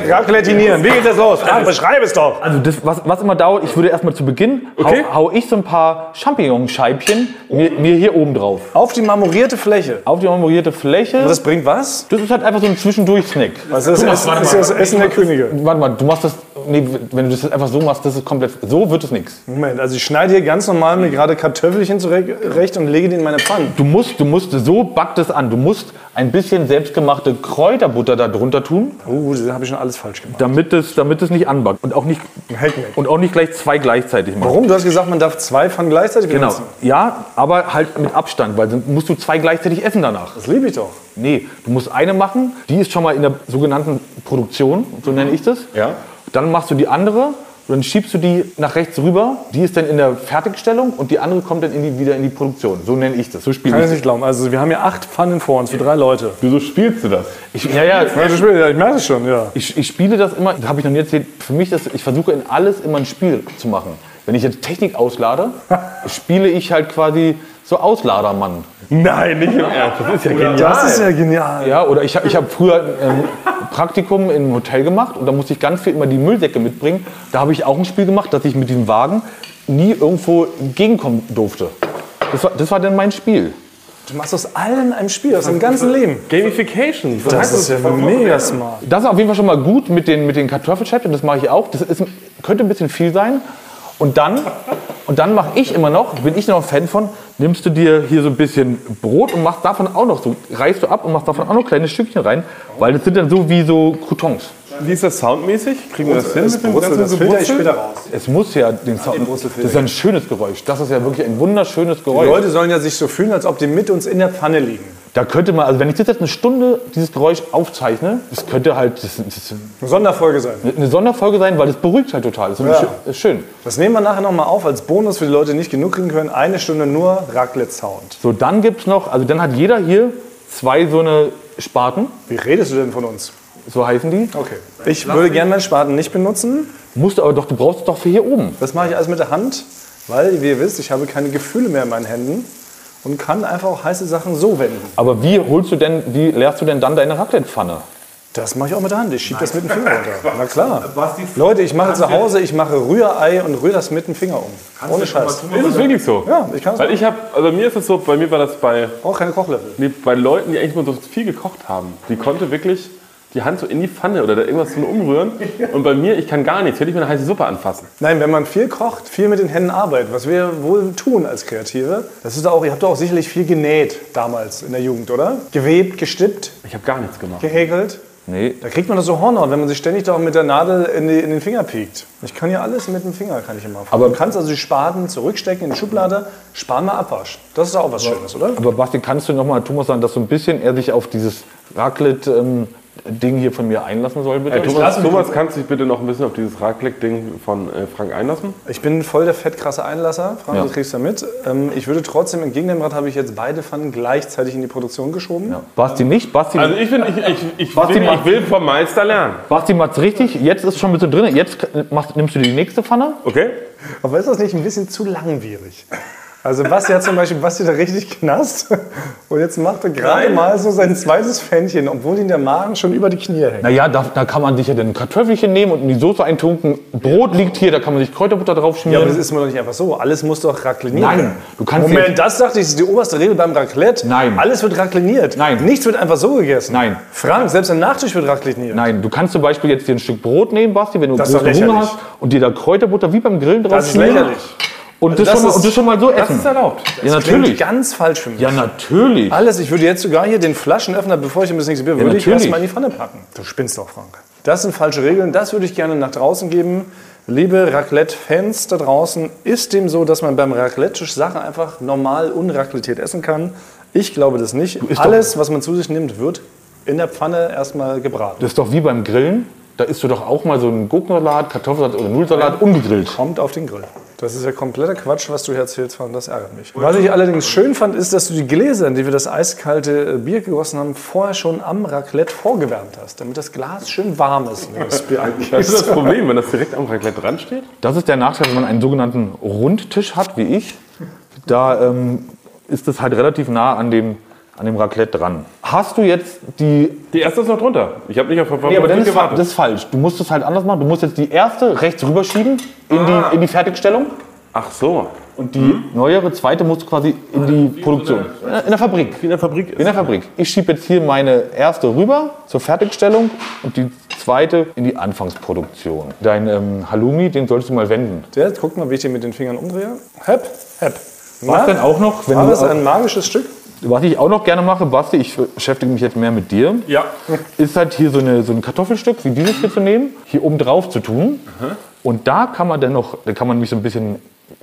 Speaker 2: racletinieren. Wie geht das los? Frank, beschreib es doch.
Speaker 4: Also das, was, was immer dauert, ich würde erstmal zu Beginn,
Speaker 3: Okay.
Speaker 4: hau, hau ich so ein paar Champignonscheibchen mir, mir hier oben drauf.
Speaker 2: Auf die marmorierte Fläche.
Speaker 4: Auf die marmorierte Fläche.
Speaker 2: Das bringt was?
Speaker 4: Das ist halt einfach so ein Zwischendurch-Snack.
Speaker 2: Was ist das? Essen, ist das Essen der Könige.
Speaker 4: Warte mal, du machst das. Nee, wenn du das jetzt einfach so machst, das ist komplett. So wird es nichts.
Speaker 2: Moment, also ich schneide hier ganz normal mir gerade Kartoffelchen zurecht und lege die in meine Pfanne.
Speaker 4: Du musst, du musst, so backt es an. Du musst ein bisschen selbstgemachte Kräuterbutter da drunter tun,
Speaker 2: Uh, das habe ich schon alles falsch gemacht.
Speaker 4: damit es, damit es nicht anbackt. Und auch nicht,
Speaker 2: Hackmack.
Speaker 4: und auch nicht gleich zwei gleichzeitig machen.
Speaker 2: Warum? Du hast gesagt, man darf zwei Pfannen gleichzeitig
Speaker 4: Genau.
Speaker 2: benutzen.
Speaker 4: Ja, aber halt mit Abstand, weil sonst musst du zwei gleichzeitig essen danach.
Speaker 2: Das liebe ich doch.
Speaker 4: Nee, du musst eine machen, die ist schon mal in der sogenannten Produktion, so nenne ich das.
Speaker 3: Ja.
Speaker 4: Dann machst du die andere, dann schiebst du die nach rechts rüber, die ist dann in der Fertigstellung und die andere kommt dann in die, wieder in die Produktion. So nenne ich das. So
Speaker 2: Kann
Speaker 4: spiele
Speaker 2: ich
Speaker 4: ich.
Speaker 2: nicht glauben. Also wir haben hier acht Pfannen vor uns für drei Leute.
Speaker 3: Wieso spielst du das?
Speaker 4: ich ja, ja,
Speaker 2: Ja, ich merke es schon, ja.
Speaker 4: ich, ich spiele das immer, das habe ich noch nie erzählt, für mich ist, ich versuche in alles immer ein Spiel zu machen. Wenn ich jetzt Technik auslade, spiele ich halt quasi so Ausladermann.
Speaker 3: Nein, nicht im Ernst. Das ist ja genial.
Speaker 2: Das ist ja genial.
Speaker 4: Ja, oder ich, hab- ich habe früher ähm, Praktikum im Hotel gemacht und da musste ich ganz viel immer die Müllsäcke mitbringen. Da habe ich auch ein Spiel gemacht, dass ich mit diesem Wagen nie irgendwo gegenkommen durfte. Das war, das war dann mein Spiel.
Speaker 2: Du machst aus allem ein Spiel, aus dem ganzen Leben.
Speaker 3: Gamification. So.
Speaker 2: Das ist ja mega smart.
Speaker 4: Das ist auf jeden Fall schon mal gut mit den, mit den Kartoffelchäppchen, das mache ich auch. Das ist, könnte ein bisschen viel sein. Und dann, und dann mache ich immer noch, bin ich noch ein Fan von, nimmst du dir hier so ein bisschen Brot und machst davon auch noch so, reißt du ab und machst davon auch noch kleine Stückchen rein, weil das sind dann so wie so Croutons.
Speaker 3: Wie ist das soundmäßig? Kriegen wir das hin? mit dem
Speaker 2: Brutzel,
Speaker 3: ganzen
Speaker 2: das filter ich
Speaker 3: Gebrutzel?
Speaker 2: später raus.
Speaker 4: Es muss ja den Sound, das
Speaker 2: Brüssel
Speaker 4: ist ein schönes Geräusch. Das ist ja wirklich ein wunderschönes
Speaker 2: Die
Speaker 4: Geräusch.
Speaker 2: Leute sollen ja sich so fühlen, als ob die mit uns in der Pfanne liegen.
Speaker 4: Da könnte man, also wenn ich das jetzt eine Stunde dieses Geräusch aufzeichne, das könnte halt das, das
Speaker 2: Eine Sonderfolge sein.
Speaker 4: eine Sonderfolge sein, weil das beruhigt halt total. Das ist, nämlich
Speaker 2: Ja.
Speaker 4: schö- ist schön.
Speaker 2: Das nehmen wir nachher nochmal auf als Bonus für die Leute, die nicht genug kriegen können. Eine Stunde nur Raclette-Sound.
Speaker 4: So, dann gibt es noch, also dann hat jeder hier zwei so eine Spaten,
Speaker 2: Wie redest du denn von uns?
Speaker 4: so heißen die.
Speaker 2: Okay. Ich würde gerne meinen Spaten nicht benutzen.
Speaker 4: Musst du aber doch, du brauchst es doch für hier oben.
Speaker 2: Das mache ich alles mit der Hand, weil, wie ihr wisst, ich habe keine Gefühle mehr in meinen Händen und kann einfach auch heiße Sachen so wenden.
Speaker 4: Aber wie holst du denn, wie leerst du denn dann deine Raclette-Pfanne?
Speaker 2: Das mache ich auch mit der Hand. Ich schiebe das mit dem Finger runter. Na klar. Leute, ich mache zu Hause, ich mache Rührei und rühre das mit dem Finger um. Ohne Scheiß.
Speaker 3: Ist es wirklich so?
Speaker 2: Ja, ich kann
Speaker 3: Weil
Speaker 2: es
Speaker 3: ich habe, also bei mir ist es so, bei mir war das bei,
Speaker 2: auch keine Kochlöffel.
Speaker 3: nee, bei Leuten, die eigentlich mal so viel gekocht haben. Die konnte wirklich die Hand so in die Pfanne oder da irgendwas so umrühren. Und bei mir, ich kann gar nichts. Hätte ich mir eine heiße Suppe anfassen.
Speaker 2: Nein, wenn man viel kocht, viel mit den Händen arbeitet, was wir wohl tun als Kreative, das ist auch, ihr habt doch auch sicherlich viel genäht damals in der Jugend, oder? Gewebt, gestippt,
Speaker 3: Ich habe gar nichts gemacht.
Speaker 2: gehäkelt.
Speaker 4: Nee,
Speaker 2: Da kriegt man das so Hornhaut, wenn man sich ständig doch mit der Nadel in, die, in den Finger piekt. Ich kann ja alles mit dem Finger, kann ich immer.
Speaker 4: Aber-
Speaker 2: du kannst also die Spaten zurückstecken in die Schublade, sparen mal Abwasch. Das ist auch was Schönes, oder?
Speaker 4: aber Basti, kannst du nochmal Thomas sagen, dass so ein bisschen er sich auf dieses Raclette-Ding hier von mir einlassen soll, bitte?
Speaker 3: Äh, Thomas, Thomas, kannst du dich bitte noch ein bisschen auf dieses Raclette-Ding von äh, Frank einlassen?
Speaker 2: Ich bin voll der fettkrasse Einlasser, Frank,
Speaker 4: Ja.
Speaker 2: du kriegst da mit. Ähm, ich würde trotzdem, entgegen dem Rad habe ich jetzt beide Pfannen gleichzeitig in die Produktion geschoben.
Speaker 4: Ja. Basti nicht, Basti,
Speaker 3: Also ich, bin, ich, ich, ich,
Speaker 4: Basti
Speaker 3: will, ich
Speaker 4: macht-
Speaker 3: will vom Meister lernen.
Speaker 4: Basti macht's richtig, jetzt ist schon ein bisschen drin, jetzt k- machst, nimmst du die nächste Pfanne.
Speaker 3: Okay?
Speaker 2: Aber ist das nicht ein bisschen zu langwierig? Also Basti hat zum Beispiel Basti da richtig knast und jetzt macht er gerade mal so sein zweites Fännchen, obwohl ihm der Magen schon über die Knie hängt.
Speaker 4: Naja, da, da kann man sich ja dann ein Kartoffelchen nehmen und in die Soße eintunken. Brot liegt hier, da kann man sich Kräuterbutter drauf
Speaker 2: Ja,
Speaker 4: schmieren.
Speaker 2: aber das ist mir doch nicht einfach so. Alles muss doch racliniert
Speaker 4: Ähm. Nein,
Speaker 2: werden.
Speaker 4: du kannst
Speaker 2: Moment,
Speaker 4: nicht-
Speaker 2: das dachte ich, das ist die oberste Regel beim Raclette.
Speaker 4: Nein.
Speaker 2: Alles wird racliniert.
Speaker 4: Nein.
Speaker 2: Nichts wird einfach so gegessen.
Speaker 4: Nein.
Speaker 2: Frank, selbst ein Nachtisch wird racliniert.
Speaker 4: Nein, du kannst zum Beispiel jetzt dir ein Stück Brot nehmen, Basti, wenn du
Speaker 2: Das ist doch
Speaker 4: großen Hunger
Speaker 2: lächerlich.
Speaker 4: hast und dir da Kräuterbutter wie beim Grillen drauf
Speaker 2: Das ist
Speaker 4: schmieren.
Speaker 2: lächerlich. Also
Speaker 4: Und, das
Speaker 2: das
Speaker 4: schon mal,
Speaker 2: ist-
Speaker 4: und das schon mal so essen. Das ist
Speaker 3: erlaubt.
Speaker 4: Ja,
Speaker 2: Klingt
Speaker 4: natürlich.
Speaker 2: ganz falsch für mich.
Speaker 4: Ja, natürlich.
Speaker 2: Alles, ich würde jetzt sogar hier den Flaschenöffner, bevor ich ihm das nächste Bier, würde ich
Speaker 4: natürlich.
Speaker 2: erstmal in die Pfanne packen. Du spinnst doch, Frank. Das sind falsche Regeln, das würde ich gerne nach draußen geben. Liebe Raclette-Fans da draußen, ist dem so, dass man beim Raclette-Tisch Sachen einfach normal unraclettiert essen kann? Ich glaube das nicht.
Speaker 4: isst
Speaker 2: Alles, was man zu sich nimmt, wird in der Pfanne erstmal gebraten.
Speaker 4: Das ist doch wie beim Grillen. Da isst du doch auch mal so einen Gurkensalat, Kartoffelsalat oder Nudelsalat ungegrillt.
Speaker 2: Kommt auf den Grill. Das ist ja kompletter Quatsch, was du hier erzählst, Frank. Das ärgert mich. Was ich allerdings schön fand, ist, dass du die Gläser, in die wir das eiskalte äh, Bier gegossen haben, vorher schon am Raclette vorgewärmt hast, damit das Glas schön warm ist. wenn du Das Bier
Speaker 3: Das ist
Speaker 2: eingießt.
Speaker 3: das Problem, wenn das direkt am Raclette dran steht.
Speaker 4: Das ist der Nachteil, wenn man einen sogenannten Rundtisch hat, wie ich. Da ähm, ist das halt relativ nah an dem, an dem Raclette dran. Hast du jetzt die
Speaker 3: Die erste ist noch drunter. Ich habe nicht auf
Speaker 4: Nee, aber dann ist, fa- das ist falsch. Du musst es halt anders machen. Du musst jetzt die erste rechts rüberschieben in,
Speaker 2: Ah.
Speaker 4: die, in die Fertigstellung
Speaker 3: Ach so.
Speaker 4: und die neuere zweite musst du quasi in die Produktion. Äh, In der Fabrik.
Speaker 3: Wie in der Fabrik ist.
Speaker 4: In der Fabrik. Ich schiebe jetzt hier meine erste rüber zur Fertigstellung und die zweite in die Anfangsproduktion. Dein ähm, Halloumi, den solltest du mal wenden.
Speaker 2: Ja, guck mal, wie ich den mit den Fingern umdrehe. Hepp, hepp.
Speaker 4: Was
Speaker 2: Na,
Speaker 4: dann auch noch, wenn
Speaker 2: war
Speaker 4: du,
Speaker 2: das ein magisches Stück?
Speaker 4: was ich auch noch gerne mache, Basti, ich beschäftige mich jetzt mehr mit dir,
Speaker 3: Ja.
Speaker 4: ist halt hier so, eine, so ein Kartoffelstück wie dieses hier zu nehmen, hier oben drauf zu tun. Und da kann man dann noch, da kann man nämlich so ein bisschen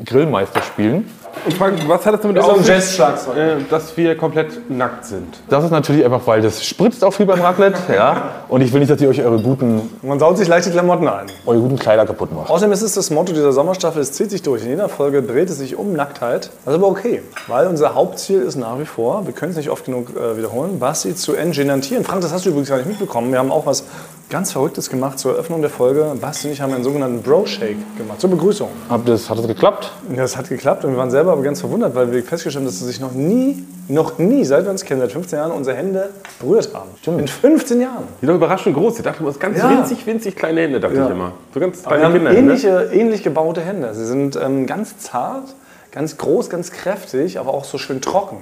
Speaker 4: Grillmeister spielen.
Speaker 3: Und Frank, was hat das damit
Speaker 2: So
Speaker 3: auf
Speaker 2: ein
Speaker 3: sich?
Speaker 2: Jazzschlagzeug.
Speaker 3: Äh, Dass wir komplett nackt sind.
Speaker 4: Das ist natürlich einfach, weil das spritzt auch viel beim Raclette, ja. Und ich will nicht, dass ihr euch eure guten,
Speaker 2: Man saut sich leicht die Klamotten ein.
Speaker 4: eure guten Kleider kaputt macht.
Speaker 2: Außerdem ist es das Motto dieser Sommerstaffel, es zieht sich durch. In jeder Folge dreht es sich um Nacktheit. Das ist aber okay, weil unser Hauptziel ist nach wie vor, wir können es nicht oft genug äh, wiederholen, Basti zu entgenantieren. Frank, das hast du übrigens gar nicht mitbekommen. Wir haben auch was ganz Verrücktes gemacht zur Eröffnung der Folge. Basti und ich haben einen sogenannten Bro-Shake gemacht, zur Begrüßung.
Speaker 4: Habt das, hat das geklappt?
Speaker 2: Ja, Das hat geklappt und wir waren selber aber ganz verwundert, weil wir festgestellt haben, dass sie sich noch nie, noch nie, seit wir uns kennen, seit 15 Jahren, unsere Hände berührt haben. Stimmt. In 15 Jahren.
Speaker 3: Die sind doch überraschend groß. Ich dachte immer, es sind ganz
Speaker 2: Ja.
Speaker 3: winzig, winzig kleine Hände, dachte
Speaker 2: Ja.
Speaker 3: ich immer. So ganz
Speaker 2: Wir
Speaker 3: kleine
Speaker 2: haben
Speaker 3: Kinder.
Speaker 2: ähnliche, ähnlich gebaute Hände. Sie sind ähm, ganz zart, ganz groß, ganz kräftig, aber auch so schön trocken.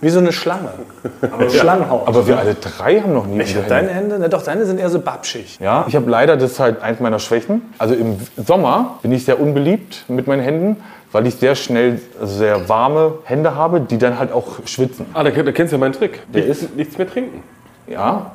Speaker 2: Wie so eine Schlange. Aber Schlangenhaut.
Speaker 4: Aber wir alle drei haben noch nie
Speaker 2: ich
Speaker 4: unser
Speaker 2: hab
Speaker 4: Handy.
Speaker 2: deine Hände, na doch, deine sind eher so babschig.
Speaker 4: Ja, ich habe leider, das ist halt eins meiner Schwächen. Also im Sommer bin ich sehr unbeliebt mit meinen Händen, weil ich sehr schnell sehr warme Hände habe, die dann halt auch schwitzen.
Speaker 3: Ah, da, da kennst du ja meinen Trick.
Speaker 4: Der
Speaker 3: Nichts-
Speaker 4: ist-
Speaker 3: nichts mehr trinken.
Speaker 4: Ja,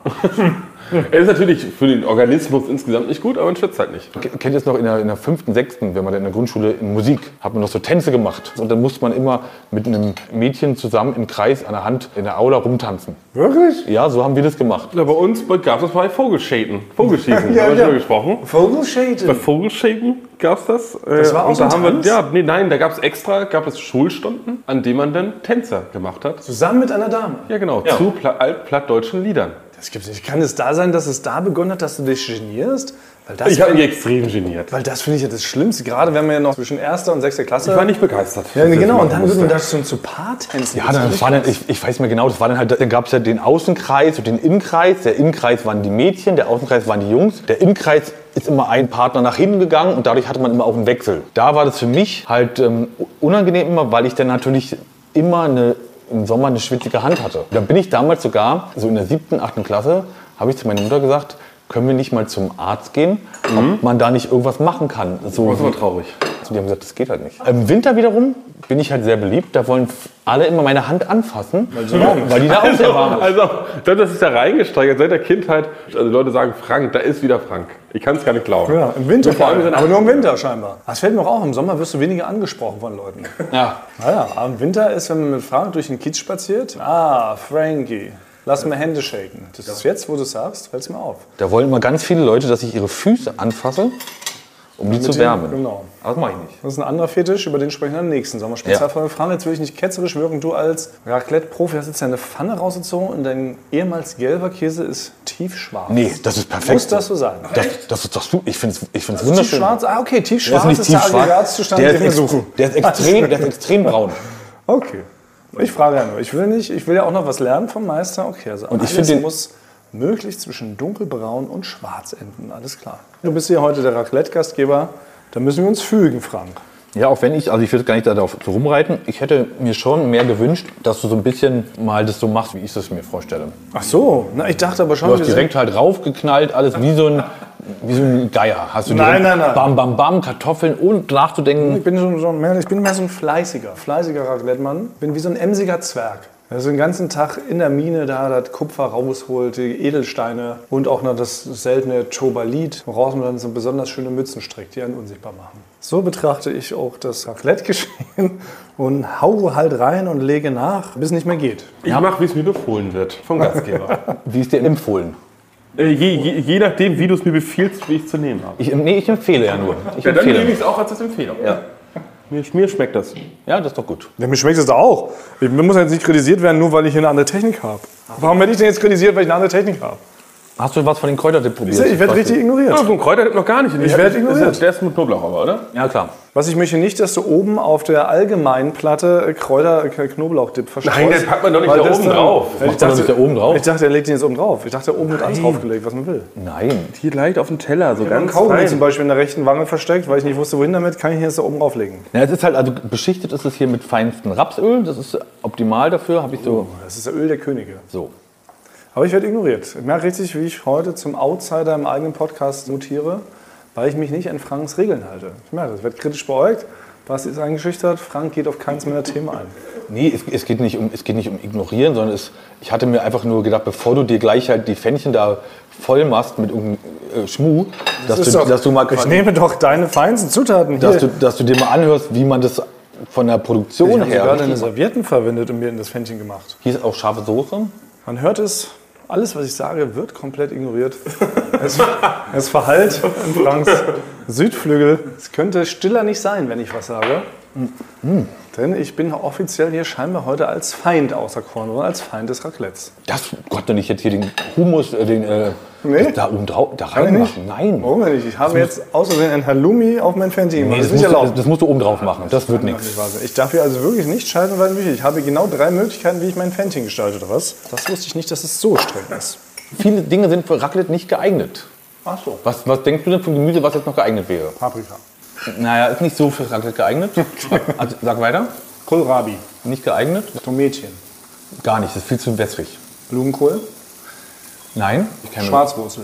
Speaker 3: Er ist natürlich für den Organismus insgesamt nicht gut, aber man schwitzt halt nicht.
Speaker 4: K- kennt ihr es noch in der, in der fünften, sechsten, wenn man dann in der Grundschule in Musik, hat man noch so Tänze gemacht. Und dann musste man immer mit einem Mädchen zusammen im Kreis an der Hand in der Aula rumtanzen.
Speaker 2: Wirklich?
Speaker 4: Ja, so haben wir das gemacht.
Speaker 3: Na, bei uns gab es mal Vogelschäden. Vogelschießen,
Speaker 2: Ja,
Speaker 3: haben wir
Speaker 2: ja.
Speaker 3: drüber gesprochen. Bei
Speaker 2: Vogelschäden.
Speaker 3: Vogelschäden gab es das. Äh,
Speaker 2: Das war auch so
Speaker 3: da
Speaker 2: ein
Speaker 3: haben wir,
Speaker 2: Tanz?
Speaker 3: ja, nee, Nein, da gab es extra, gab es Schulstunden, an denen man dann Tänzer gemacht hat.
Speaker 2: Zusammen mit einer Dame.
Speaker 3: Ja, genau, zu pla altplattdeutschen Liedern.
Speaker 2: Das gibt's nicht. Kann es da sein, dass es da begonnen hat, dass du dich genierst? Weil das,
Speaker 3: Ich habe mich extrem geniert.
Speaker 2: weil das finde ich ja das Schlimmste. Gerade wenn man ja noch zwischen erster und sechster Klasse.
Speaker 3: Ich war nicht begeistert.
Speaker 2: ja,
Speaker 3: dass ich
Speaker 2: genau,
Speaker 3: das
Speaker 2: und dann
Speaker 3: machen
Speaker 2: wird man
Speaker 3: musste.
Speaker 2: da schon zu Paartänzen.
Speaker 4: Ja, dann war dann, ich, ich weiß mir genau, das war dann halt, dann gab es ja den Außenkreis und den Innenkreis. Der Innenkreis waren die Mädchen, der Außenkreis waren die Jungs. Der Innenkreis ist immer ein Partner nach hinten gegangen und dadurch hatte man immer auch einen Wechsel. Da war das für mich halt ähm, unangenehm immer, weil ich dann natürlich immer eine, im Sommer eine schwitzige Hand hatte. Dann bin ich damals sogar, so in der siebten, achten Klasse, habe ich zu meiner Mutter gesagt, können wir nicht mal zum Arzt gehen, ob man da nicht irgendwas machen kann. So,
Speaker 3: Das war traurig.
Speaker 4: also die haben gesagt, das geht halt nicht. Im Winter wiederum bin ich halt sehr beliebt. Da wollen f- alle immer meine Hand anfassen, weil, die da auch sehr warm ist.
Speaker 3: Also, also, das ist ja reingesteigert seit der Kindheit. Also Leute sagen, Frank, da ist wieder Frank. Ich kann es gar nicht glauben.
Speaker 2: Ja, im Winter
Speaker 3: Vor allem, wenn-
Speaker 2: aber nur im Winter scheinbar. Das fällt mir auch auf, im Sommer wirst du weniger angesprochen von Leuten.
Speaker 4: Ja.
Speaker 2: Naja, aber im Winter ist, wenn man mit Frank durch den Kiez spaziert, ah, Frankie, lass mal Hände shaken. Das ist jetzt, wo du es sagst, fällt es mir auf.
Speaker 4: Da wollen immer ganz viele Leute, dass ich ihre Füße anfasse, um die zu
Speaker 2: dem-
Speaker 4: wärmen.
Speaker 2: genau.
Speaker 4: Aber Das mache ich nicht.
Speaker 2: Das ist ein anderer Fetisch, über den sprechen wir im nächsten Sommer. Spezialfolge Frank, jetzt will ich nicht ketzerisch wirken. Du als Raclette-Profi hast jetzt deine Pfanne rausgezogen und dein ehemals gelber Käse ist tiefschwarz.
Speaker 4: Nee, das ist perfekt.
Speaker 2: Muss das so sein?
Speaker 4: Das, das ist doch super. Ich finde es ich find's
Speaker 2: Also
Speaker 4: wunderschön.
Speaker 2: tiefschwarz, ah okay,
Speaker 4: Der
Speaker 2: tiefschwarz
Speaker 4: ist nicht
Speaker 2: der
Speaker 4: tiefschwarz.
Speaker 2: Aggregatzustand,
Speaker 4: Der
Speaker 2: den wir
Speaker 4: ist, ex
Speaker 2: suchen.
Speaker 4: der, ist extrem, der ist extrem braun.
Speaker 2: Okay. Ich frage ja nur. Ich will nicht, ich will ja auch noch was lernen vom Meister. Okay, also und
Speaker 4: ich
Speaker 2: alles
Speaker 4: finde den-
Speaker 2: muss möglichst zwischen dunkelbraun und schwarz enden. Alles klar. Du bist hier heute der Raclette-Gastgeber. Da müssen wir uns fügen, Frank.
Speaker 4: Ja, auch wenn ich, also ich will gar nicht darauf so rumreiten. Ich hätte mir schon mehr gewünscht, dass du so ein bisschen mal das so machst, wie ich es mir vorstelle.
Speaker 2: Ach so, na, ich dachte aber schon,
Speaker 4: Du hast direkt halt raufgeknallt, alles wie so ein, wie so ein Geier. Hast du
Speaker 2: Nein, nein,
Speaker 4: direkt
Speaker 2: nein.
Speaker 4: Bam, bam, bam, Kartoffeln, ohne nachzudenken.
Speaker 2: ich bin, so, so mehr, ich bin mehr so ein fleißiger, fleißiger Raclette-Mann. Bin wie so ein emsiger Zwerg. Der so den ganzen Tag in der Mine da das Kupfer rausholt, die Edelsteine und auch noch das seltene Chobalit, woraus man dann so besonders schöne Mützen strickt, die einen unsichtbar machen. So betrachte ich auch das Raclette-Geschehen und hau halt rein und lege nach, bis es nicht mehr geht.
Speaker 3: Ich mache, wie es mir befohlen wird vom Gastgeber.
Speaker 4: Wie ist dir empfohlen?
Speaker 3: äh, je, je, je nachdem, wie du es mir befiehlst, wie ich es zu nehmen habe.
Speaker 4: Ich, nee, ich empfehle ja nur. Ich
Speaker 3: Ja, dann nehme
Speaker 4: empfehle.
Speaker 3: ich es auch als Empfehlung. Ja. Mir, mir schmeckt das.
Speaker 4: Ja, das ist doch gut.
Speaker 2: Ja, mir schmeckt es auch. Ich muss jetzt nicht kritisiert werden, nur weil ich hier eine andere Technik habe. Warum werde ich denn jetzt kritisiert, weil ich eine andere Technik habe?
Speaker 4: Hast du was von den Kräutertipp probiert?
Speaker 2: Ich werde richtig ignoriert.
Speaker 3: so ein Kräuter noch gar nicht. Ich
Speaker 2: werd ignoriert.
Speaker 3: Der ist mit Knoblauch aber, oder?
Speaker 4: Ja, klar.
Speaker 2: Was ich möchte nicht, dass du oben auf der allgemeinen Platte äh, Kräuter äh, Knoblauchdip verstreust.
Speaker 3: Nein, den packt man doch nicht
Speaker 2: Weil
Speaker 3: da
Speaker 2: das
Speaker 3: oben
Speaker 2: dann-
Speaker 3: drauf.
Speaker 2: Ja, Ich
Speaker 4: Macht man doch
Speaker 2: dachte,
Speaker 4: nicht da oben drauf?
Speaker 2: ich dachte, er legt den jetzt oben drauf. Ich dachte, oben wird alles draufgelegt, was man will.
Speaker 4: Nein.
Speaker 3: Hier leicht auf den Teller, so
Speaker 2: Ein
Speaker 3: ganz
Speaker 2: Kaugummi zum
Speaker 3: fein.
Speaker 2: Beispiel in der rechten Wange versteckt, weil ich nicht wusste, wohin damit, kann ich ihn jetzt da oben drauflegen.
Speaker 4: Ja, es ist halt, also beschichtet ist es hier mit feinstem Rapsöl. Das ist optimal dafür. Habe ich so.
Speaker 2: Das ist der Öl der Könige.
Speaker 4: So.
Speaker 2: Aber ich werde ignoriert. Ich merke richtig, wie ich heute zum Outsider im eigenen Podcast mutiere, weil ich mich nicht an Franks Regeln halte. Ich merke, das Ich werde kritisch beäugt. Basti ist eingeschüchtert, Frank geht auf keins meiner Themen ein.
Speaker 4: Nee, es, es, geht nicht um, es geht nicht um Ignorieren, sondern es, ich hatte mir einfach nur gedacht, bevor du dir gleich halt die Fännchen da voll machst mit irgendeinem äh, Schmuh, dass du,
Speaker 2: Ist doch-
Speaker 4: dass du mal
Speaker 2: ich nehme doch deine feinsten Zutaten hier.
Speaker 4: dass du, dass du dir mal anhörst, wie man das von der Produktion
Speaker 2: Ich habe
Speaker 4: her.
Speaker 2: gerade eine Servietten verwendet und mir in das Fännchen gemacht.
Speaker 4: Hier ist auch scharfe Soße.
Speaker 2: Man hört es, alles, was ich sage, wird komplett ignoriert. Es, es verhallt in Franks Südflügel. Es könnte stiller nicht sein, wenn ich was sage. Denn ich bin offiziell hier scheinbar heute als Feind auserkoren worden, als Feind des Raclettes.
Speaker 4: Das konnte nicht jetzt hier den Humus, äh, den äh,
Speaker 2: Nee.
Speaker 4: das da oben drauf, da
Speaker 2: ich nicht.
Speaker 4: reinmachen. Nein.
Speaker 2: Warum denn nicht? Ich habe jetzt aus Versehen ein Halloumi auf mein Fännchen gemacht.
Speaker 4: Nee, das,
Speaker 2: ist nicht
Speaker 4: musst du, das,
Speaker 2: erlaubt.
Speaker 4: das musst du oben drauf machen. Das wird
Speaker 2: Das
Speaker 4: nichts.
Speaker 2: ist Wahnsinn. Ich darf hier also wirklich nicht scheitern, weil ich Ich habe genau drei Möglichkeiten, wie ich mein Fännchen gestalte, oder was? Das wusste ich nicht, dass es so streng ist.
Speaker 4: Viele Dinge sind für Raclette nicht geeignet.
Speaker 2: Ach so.
Speaker 4: Was, was denkst du denn von Gemüse, was jetzt noch geeignet wäre?
Speaker 2: Paprika.
Speaker 4: Naja, ist nicht so für Raclette geeignet. Also, Sag, sag weiter.
Speaker 2: Kohlrabi.
Speaker 4: Nicht geeignet.
Speaker 2: Tomätchen.
Speaker 4: Gar nicht, das ist viel zu wässrig.
Speaker 2: Blumenkohl,
Speaker 4: Nein, ich
Speaker 2: Hm.
Speaker 4: kann mir-
Speaker 2: Schwarzwurzel,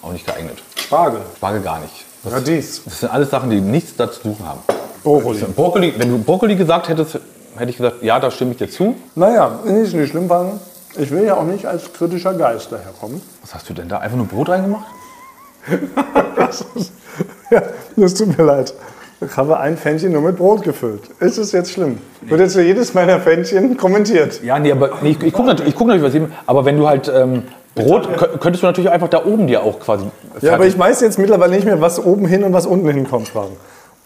Speaker 4: auch nicht geeignet.
Speaker 2: Spargel,
Speaker 4: Spargel gar nicht. Das,
Speaker 2: Radies,
Speaker 4: das sind alles Sachen, die nichts da zu suchen haben.
Speaker 2: Brokkoli.
Speaker 4: Brokkoli, wenn du Brokkoli gesagt hättest, hätte ich gesagt, ja, da stimme ich dir zu.
Speaker 2: Naja, ist nicht schlimm, weil ich will ja auch nicht als kritischer Geist daherkommen.
Speaker 4: Was hast du denn da? Einfach nur Brot reingemacht?
Speaker 2: Ja, das tut mir leid. Ich habe ein Fännchen nur mit Brot gefüllt. Ist es jetzt schlimm? Wird jetzt für jedes meiner Fännchen kommentiert.
Speaker 4: Ja, nee, aber nee, ich, ich gucke natürlich, ich guck natürlich, was eben. Aber wenn du halt ähm, Brot, kö- könntest du natürlich einfach da oben dir auch quasi.
Speaker 2: Ja, aber ich weiß jetzt mittlerweile nicht mehr, was oben hin und was unten hinkommt, Fragen.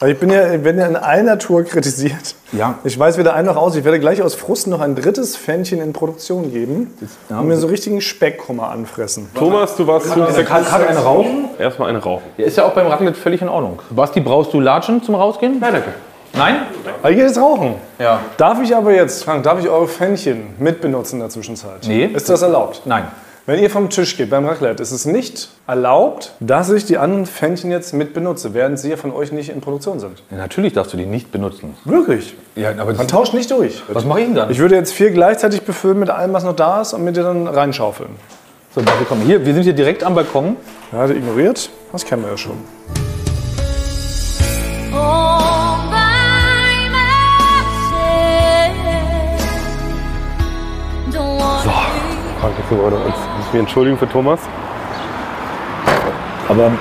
Speaker 2: Weil ich bin ja, ich bin ja in einer Tour kritisiert.
Speaker 4: Ja.
Speaker 2: Ich weiß weder ein noch aus. Ich werde gleich aus Frust noch ein drittes Fännchen in Produktion geben
Speaker 4: ja.
Speaker 2: und mir so richtigen Speckkummer anfressen.
Speaker 3: Thomas, du warst zu
Speaker 4: kann, kann eine rauchen?
Speaker 3: Erstmal eine rauchen.
Speaker 4: Ja, ist ja auch beim Raclette völlig in Ordnung. Basti, brauchst du Latschen zum Rausgehen? Nein, danke. Nein?
Speaker 2: Weil ich jetzt rauchen.
Speaker 4: Ja.
Speaker 2: Darf ich aber jetzt, Frank, darf ich eure Fännchen mitbenutzen in der Zwischenzeit?
Speaker 4: Nee.
Speaker 2: Ist das erlaubt?
Speaker 4: Nein.
Speaker 2: Wenn ihr vom Tisch geht beim Raclette, ist es nicht erlaubt, dass ich die anderen Fännchen jetzt mit benutze, während sie ja von euch nicht in Produktion sind.
Speaker 4: Ja, natürlich darfst du die nicht benutzen.
Speaker 2: Wirklich?
Speaker 4: Ja, aber
Speaker 2: Man tauscht nicht durch.
Speaker 4: was mache ich denn dann?
Speaker 2: Ich würde jetzt vier gleichzeitig befüllen mit allem, was noch da ist und mit dir dann reinschaufeln.
Speaker 4: so, Basti, komm, hier, wir sind hier direkt am Balkon.
Speaker 2: Ja, hat er ignoriert? Das kennen wir ja schon.
Speaker 6: all by myself. Don't want
Speaker 3: Krankengebäude. Und ich muss mich entschuldigen für Thomas. Aber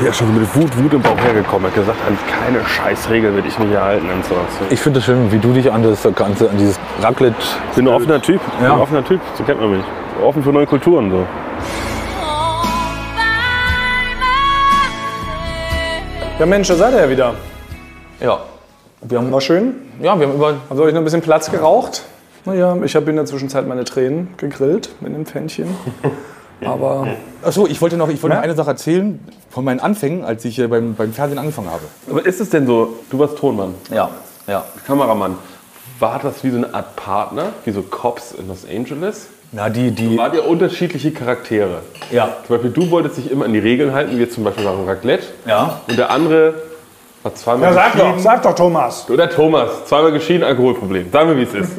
Speaker 3: der ist schon so mit Wut, Wut im Bauch hergekommen. Er hat gesagt, an keine Scheißregel will ich mich hier halten und sowas.
Speaker 4: Ich finde es schön, wie du dich an das Ganze, an dieses Raclette.
Speaker 3: Ich bin ein offener Typ. Ich bin
Speaker 4: Ja.
Speaker 3: ein offener Typ. So kennt man mich. Offen für neue Kulturen. So.
Speaker 6: all by myself.
Speaker 2: Ja, Mensch, da seid ihr ja wieder.
Speaker 4: Ja. Wir haben,
Speaker 2: War schön.
Speaker 4: ja, wir haben über.
Speaker 2: Habt ihr euch noch ein bisschen Platz geraucht? Naja, ich habe in der Zwischenzeit meine Tränen gegrillt mit einem Pfännchen. Aber
Speaker 4: Achso, ich wollte noch, ich wollte noch eine Sache erzählen von meinen Anfängen, als ich hier beim, beim Fernsehen angefangen habe.
Speaker 3: Aber ist es denn so, du warst Tonmann,
Speaker 4: Ja, ja.
Speaker 3: Kameramann. War das wie so eine Art Partner, wie so Cops in Los Angeles?
Speaker 4: Na, die, die.
Speaker 3: Wart ihr unterschiedliche Charaktere?
Speaker 4: Ja.
Speaker 3: Zum Beispiel, du wolltest dich immer an die Regeln halten, wie jetzt zum Beispiel beim Raclette.
Speaker 4: Ja.
Speaker 3: Und der andere war zweimal
Speaker 2: ja, sag doch, sag doch, Thomas.
Speaker 3: Oder Thomas, zweimal geschieden, Alkoholproblem. Sagen wir, wie es ist.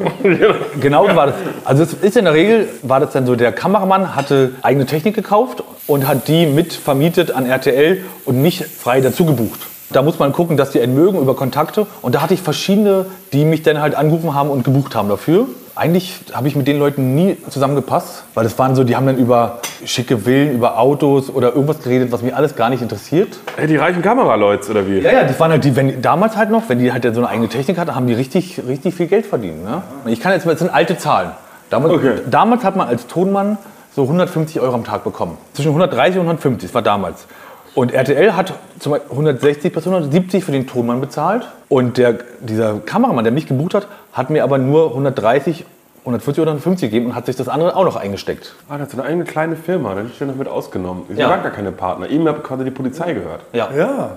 Speaker 4: Genau so war das. Also es ist in der Regel, war das dann so, der Kameramann hatte eigene Technik gekauft und hat die mit vermietet an RTL und mich frei dazu gebucht. Da muss man gucken, dass die einen mögen über Kontakte. Und da hatte ich verschiedene, die mich dann halt angerufen haben und gebucht haben dafür. Eigentlich habe ich mit den Leuten nie zusammengepasst, weil das waren so, die haben dann über schicke Villen, über Autos oder irgendwas geredet, was mich alles gar nicht interessiert.
Speaker 3: Hey, die reichen Kameraleute, oder wie?
Speaker 4: Ja, ja, das waren halt die, wenn, damals halt noch, wenn die halt so eine eigene Technik hatten, haben die richtig, richtig viel Geld verdient. Ne? Ich kann jetzt mal, das sind alte Zahlen. Damals,
Speaker 3: Okay.
Speaker 4: damals hat man als Tonmann so 150 Euro am Tag bekommen. Zwischen 130 und 150, das war damals. Und RTL hat zum Beispiel 160 bis 170 für den Tonmann bezahlt. Und der, dieser Kameramann, der mich gebucht hat, hat mir aber nur 130, 140 oder 150 gegeben und hat sich das andere auch noch eingesteckt.
Speaker 3: Ah, das ist eine eigene kleine Firma, da ist ja noch mit ausgenommen. Sie
Speaker 4: Ja.
Speaker 3: waren gar keine Partner. Ihm hat gerade die Polizei gehört.
Speaker 2: Ja,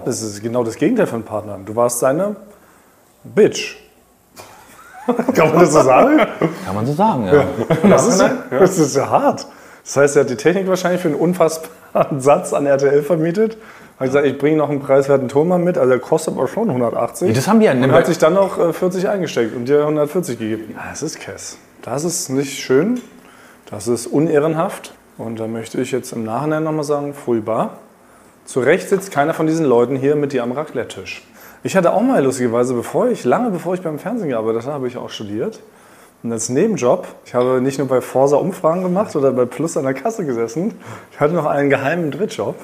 Speaker 2: das ist genau das Gegenteil von Partnern. Du warst seine Bitch. Kann man das so sagen?
Speaker 4: Kann man so sagen, ja.
Speaker 2: Das ist, das ist ja hart. Das heißt, er hat die Technik wahrscheinlich für einen unfassbaren Satz an RTL vermietet. Hat gesagt, ich bringe noch einen preiswerten Turmmann mit, also der kostet aber schon 180.
Speaker 4: Nee, das haben die ja-
Speaker 2: Und hat sich dann noch äh, 40 eingesteckt und dir 140 gegeben. Ja, Das ist Kess. Das ist nicht schön. Das ist unehrenhaft. Und da möchte ich jetzt im Nachhinein nochmal sagen, furchtbar. Zu Recht sitzt keiner von diesen Leuten hier mit dir am Raclette-Tisch. Ich hatte auch mal lustigerweise, bevor ich, lange bevor ich beim Fernsehen gearbeitet habe, habe ich auch studiert. Und als Nebenjob, ich habe nicht nur bei Forsa Umfragen gemacht oder bei Plus an der Kasse gesessen, ich hatte noch einen geheimen Drittjob.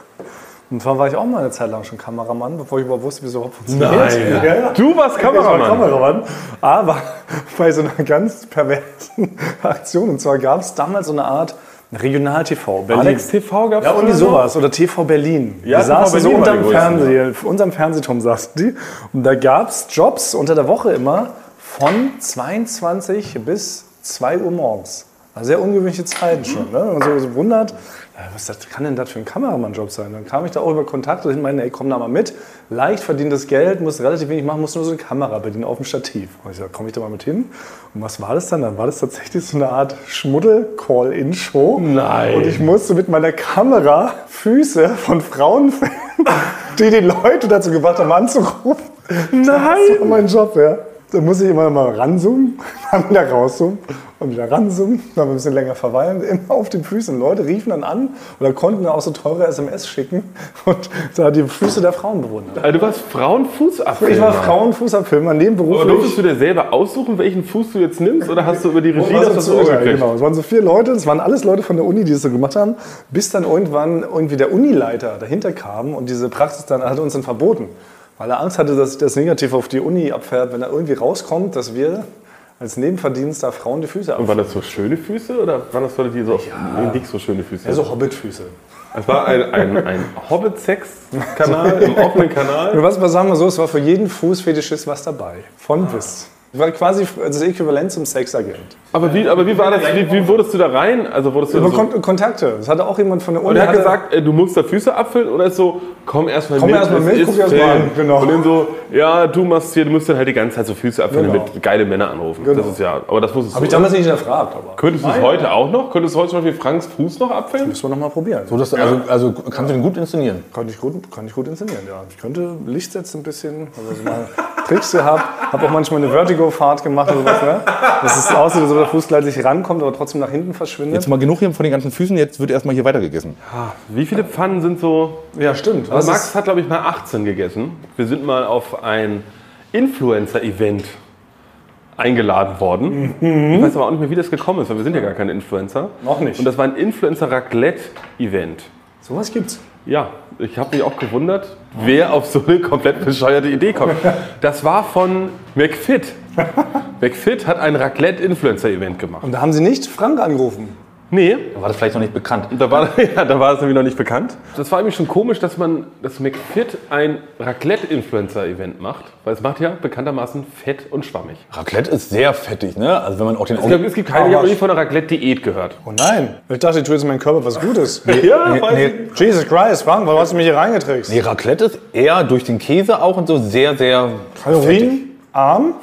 Speaker 2: Und zwar war ich auch mal eine Zeit lang schon Kameramann, bevor ich überhaupt wusste, wie es überhaupt funktioniert.
Speaker 3: Nein.
Speaker 2: Ja, ja.
Speaker 3: Du warst Kameramann.
Speaker 2: Ich war Kameramann. Aber bei so einer ganz perversen Aktion. Und zwar gab es damals so eine Art Regional-TV. Berlin.
Speaker 3: Alex TV gab's
Speaker 2: Ja, irgendwie
Speaker 3: früher noch?
Speaker 2: sowas. Oder TV Berlin.
Speaker 3: Ja,
Speaker 2: die
Speaker 3: TV
Speaker 2: saßen so
Speaker 3: Berlin war
Speaker 2: unterm
Speaker 3: die ne? größten,
Speaker 2: Fernseher, unterm Fernsehturm saßen die. Und da gab es Jobs unter der Woche immer von 22 bis 2 Uhr morgens. Also sehr ungewöhnliche Zeiten schon. Ne? Wenn man so, so wundert, ja, was das, kann denn das für ein Kameramannjob sein? Dann kam ich da auch über Kontakte hin, meine, ey, komm da mal mit. Leicht verdientes Geld, musst relativ wenig machen, musst nur so eine Kamera bedienen auf dem Stativ. Und ich sag, komm ich da mal mit hin? Und was war das dann? Dann war das tatsächlich so eine Art Schmuddel-Call-In-Show.
Speaker 3: Nein.
Speaker 2: Und ich musste mit meiner Kamera Füße von Frauen filmen, die die Leute dazu gebracht haben, anzurufen. Nein! Das war mein Job, ja. Da muss ich immer mal ranzoomen, dann wieder rauszoomen und wieder ranzoomen, dann ein bisschen länger verweilen, immer auf den Füßen. Leute riefen dann an oder konnten dann auch so teure SMS schicken und da die Füße der Frauen bewundern.
Speaker 3: Also du warst Frauenfußabfilmer.
Speaker 2: Ich war Frauenfußabfilmer,
Speaker 3: Aber durftest
Speaker 2: nebenberuflich.
Speaker 3: du dir selber aussuchen, welchen Fuß du jetzt nimmst? Oder hast du über die Regie das
Speaker 2: Also
Speaker 3: was
Speaker 2: so, ja,
Speaker 3: vorgekriegt?
Speaker 2: genau. Es waren so vier Leute, es waren alles Leute von der Uni, die das so gemacht haben, bis dann irgendwann irgendwie der Unileiter dahinter kam und diese Praxis dann hat uns dann verboten, weil er Angst hatte, dass sich das negativ auf die Uni abfährt, wenn er irgendwie rauskommt, dass wir als Nebenverdienst da Frauen die Füße
Speaker 3: Und
Speaker 2: abfärben.
Speaker 3: waren das so schöne Füße oder waren das Leute, die so nee, nicht so schöne Füße
Speaker 2: Also Hobbitfüße.
Speaker 3: Es war ein, ein, ein Hobbit-Sex-Kanal, im offenen Kanal.
Speaker 2: Was, was sagen wir so, es war für jeden Fußfetischist was dabei. Von bis. War quasi das Äquivalent zum Sexagent.
Speaker 3: Aber wie, aber wie war das? Wie, wie wurdest du da rein? Also wurdest du
Speaker 2: Man
Speaker 3: da so,
Speaker 2: kommt Kontakte. Das hatte auch jemand von der Uni.
Speaker 3: und er hat
Speaker 2: hatte-
Speaker 3: gesagt, äh, du musst da Füße abfüllen oder ist so, komm erstmal
Speaker 2: Komm erst mal
Speaker 3: es
Speaker 2: mit,
Speaker 3: ist
Speaker 2: guck erst mal
Speaker 3: Film.
Speaker 2: an, genau.
Speaker 3: Und dann so, ja, du machst hier, du musst dann halt die ganze Zeit so Füße abfüllen,
Speaker 2: Genau.
Speaker 3: damit geile Männer anrufen. Das ist ja, aber das muss es
Speaker 2: Habe ich damals nicht hinterfragt, aber.
Speaker 3: Könntest du es heute auch noch? Könntest du heute zum Beispiel Franks Fuß noch abfüllen?
Speaker 2: Müssen wir nochmal probieren.
Speaker 4: So, dass, du- also, also kannst du den gut inszenieren.
Speaker 2: Kann ich, gut, kann ich gut inszenieren, ja. Ich könnte Licht setzen ein bisschen, also so mal Tricks gehabt. Habe auch manchmal eine Vertigo-Fahrt gemacht oder was, ne? Das ist aussieht, als ob der Fuß gleich sich rankommt, aber trotzdem nach hinten verschwindet.
Speaker 4: Jetzt mal genug hier von den ganzen Füßen, jetzt wird erstmal hier weitergegessen.
Speaker 3: Wie viele Pfannen sind so?
Speaker 2: ja, stimmt. Was
Speaker 3: Also
Speaker 2: Max,
Speaker 3: Max hat, glaube ich, mal 18 gegessen. Wir sind mal auf ein Influencer-Event eingeladen worden. Ich weiß aber auch nicht mehr, wie das gekommen ist, weil wir sind ja gar keine Influencer.
Speaker 2: Noch nicht.
Speaker 3: Und das war ein Influencer-Raclette-Event.
Speaker 2: ist, sowas gibt's.
Speaker 3: Ja, ich habe mich auch gewundert, wer auf so eine komplett bescheuerte Idee kommt. Das war von McFit. McFit hat ein Raclette-Influencer-Event gemacht.
Speaker 2: Und da haben sie nicht Frank angerufen.
Speaker 3: Nee,
Speaker 4: Da war das vielleicht noch nicht bekannt.
Speaker 3: Da war, ja, da war es nämlich noch nicht bekannt. Das war irgendwie schon komisch, dass man das McFit ein Raclette-Influencer-Event macht, weil es macht ja bekanntermaßen fett und schwammig.
Speaker 4: Raclette ist sehr fettig, ne? Also wenn man auch den
Speaker 3: Ich
Speaker 4: Augen...
Speaker 3: glaube, es gibt keine, ich habe noch nie von einer Raclette-Diät gehört.
Speaker 2: Oh nein. Ich dachte, ich tue jetzt in meinem Körper was Gutes.
Speaker 3: Ja,
Speaker 4: nee,
Speaker 3: weiß ich
Speaker 4: nee.
Speaker 3: nicht.
Speaker 2: Jesus Christ, Frank, warum hast du mich hier reingetrickst?
Speaker 4: Nee, Raclette ist eher durch den Käse auch und so sehr, sehr
Speaker 2: Kalorien, Also arm.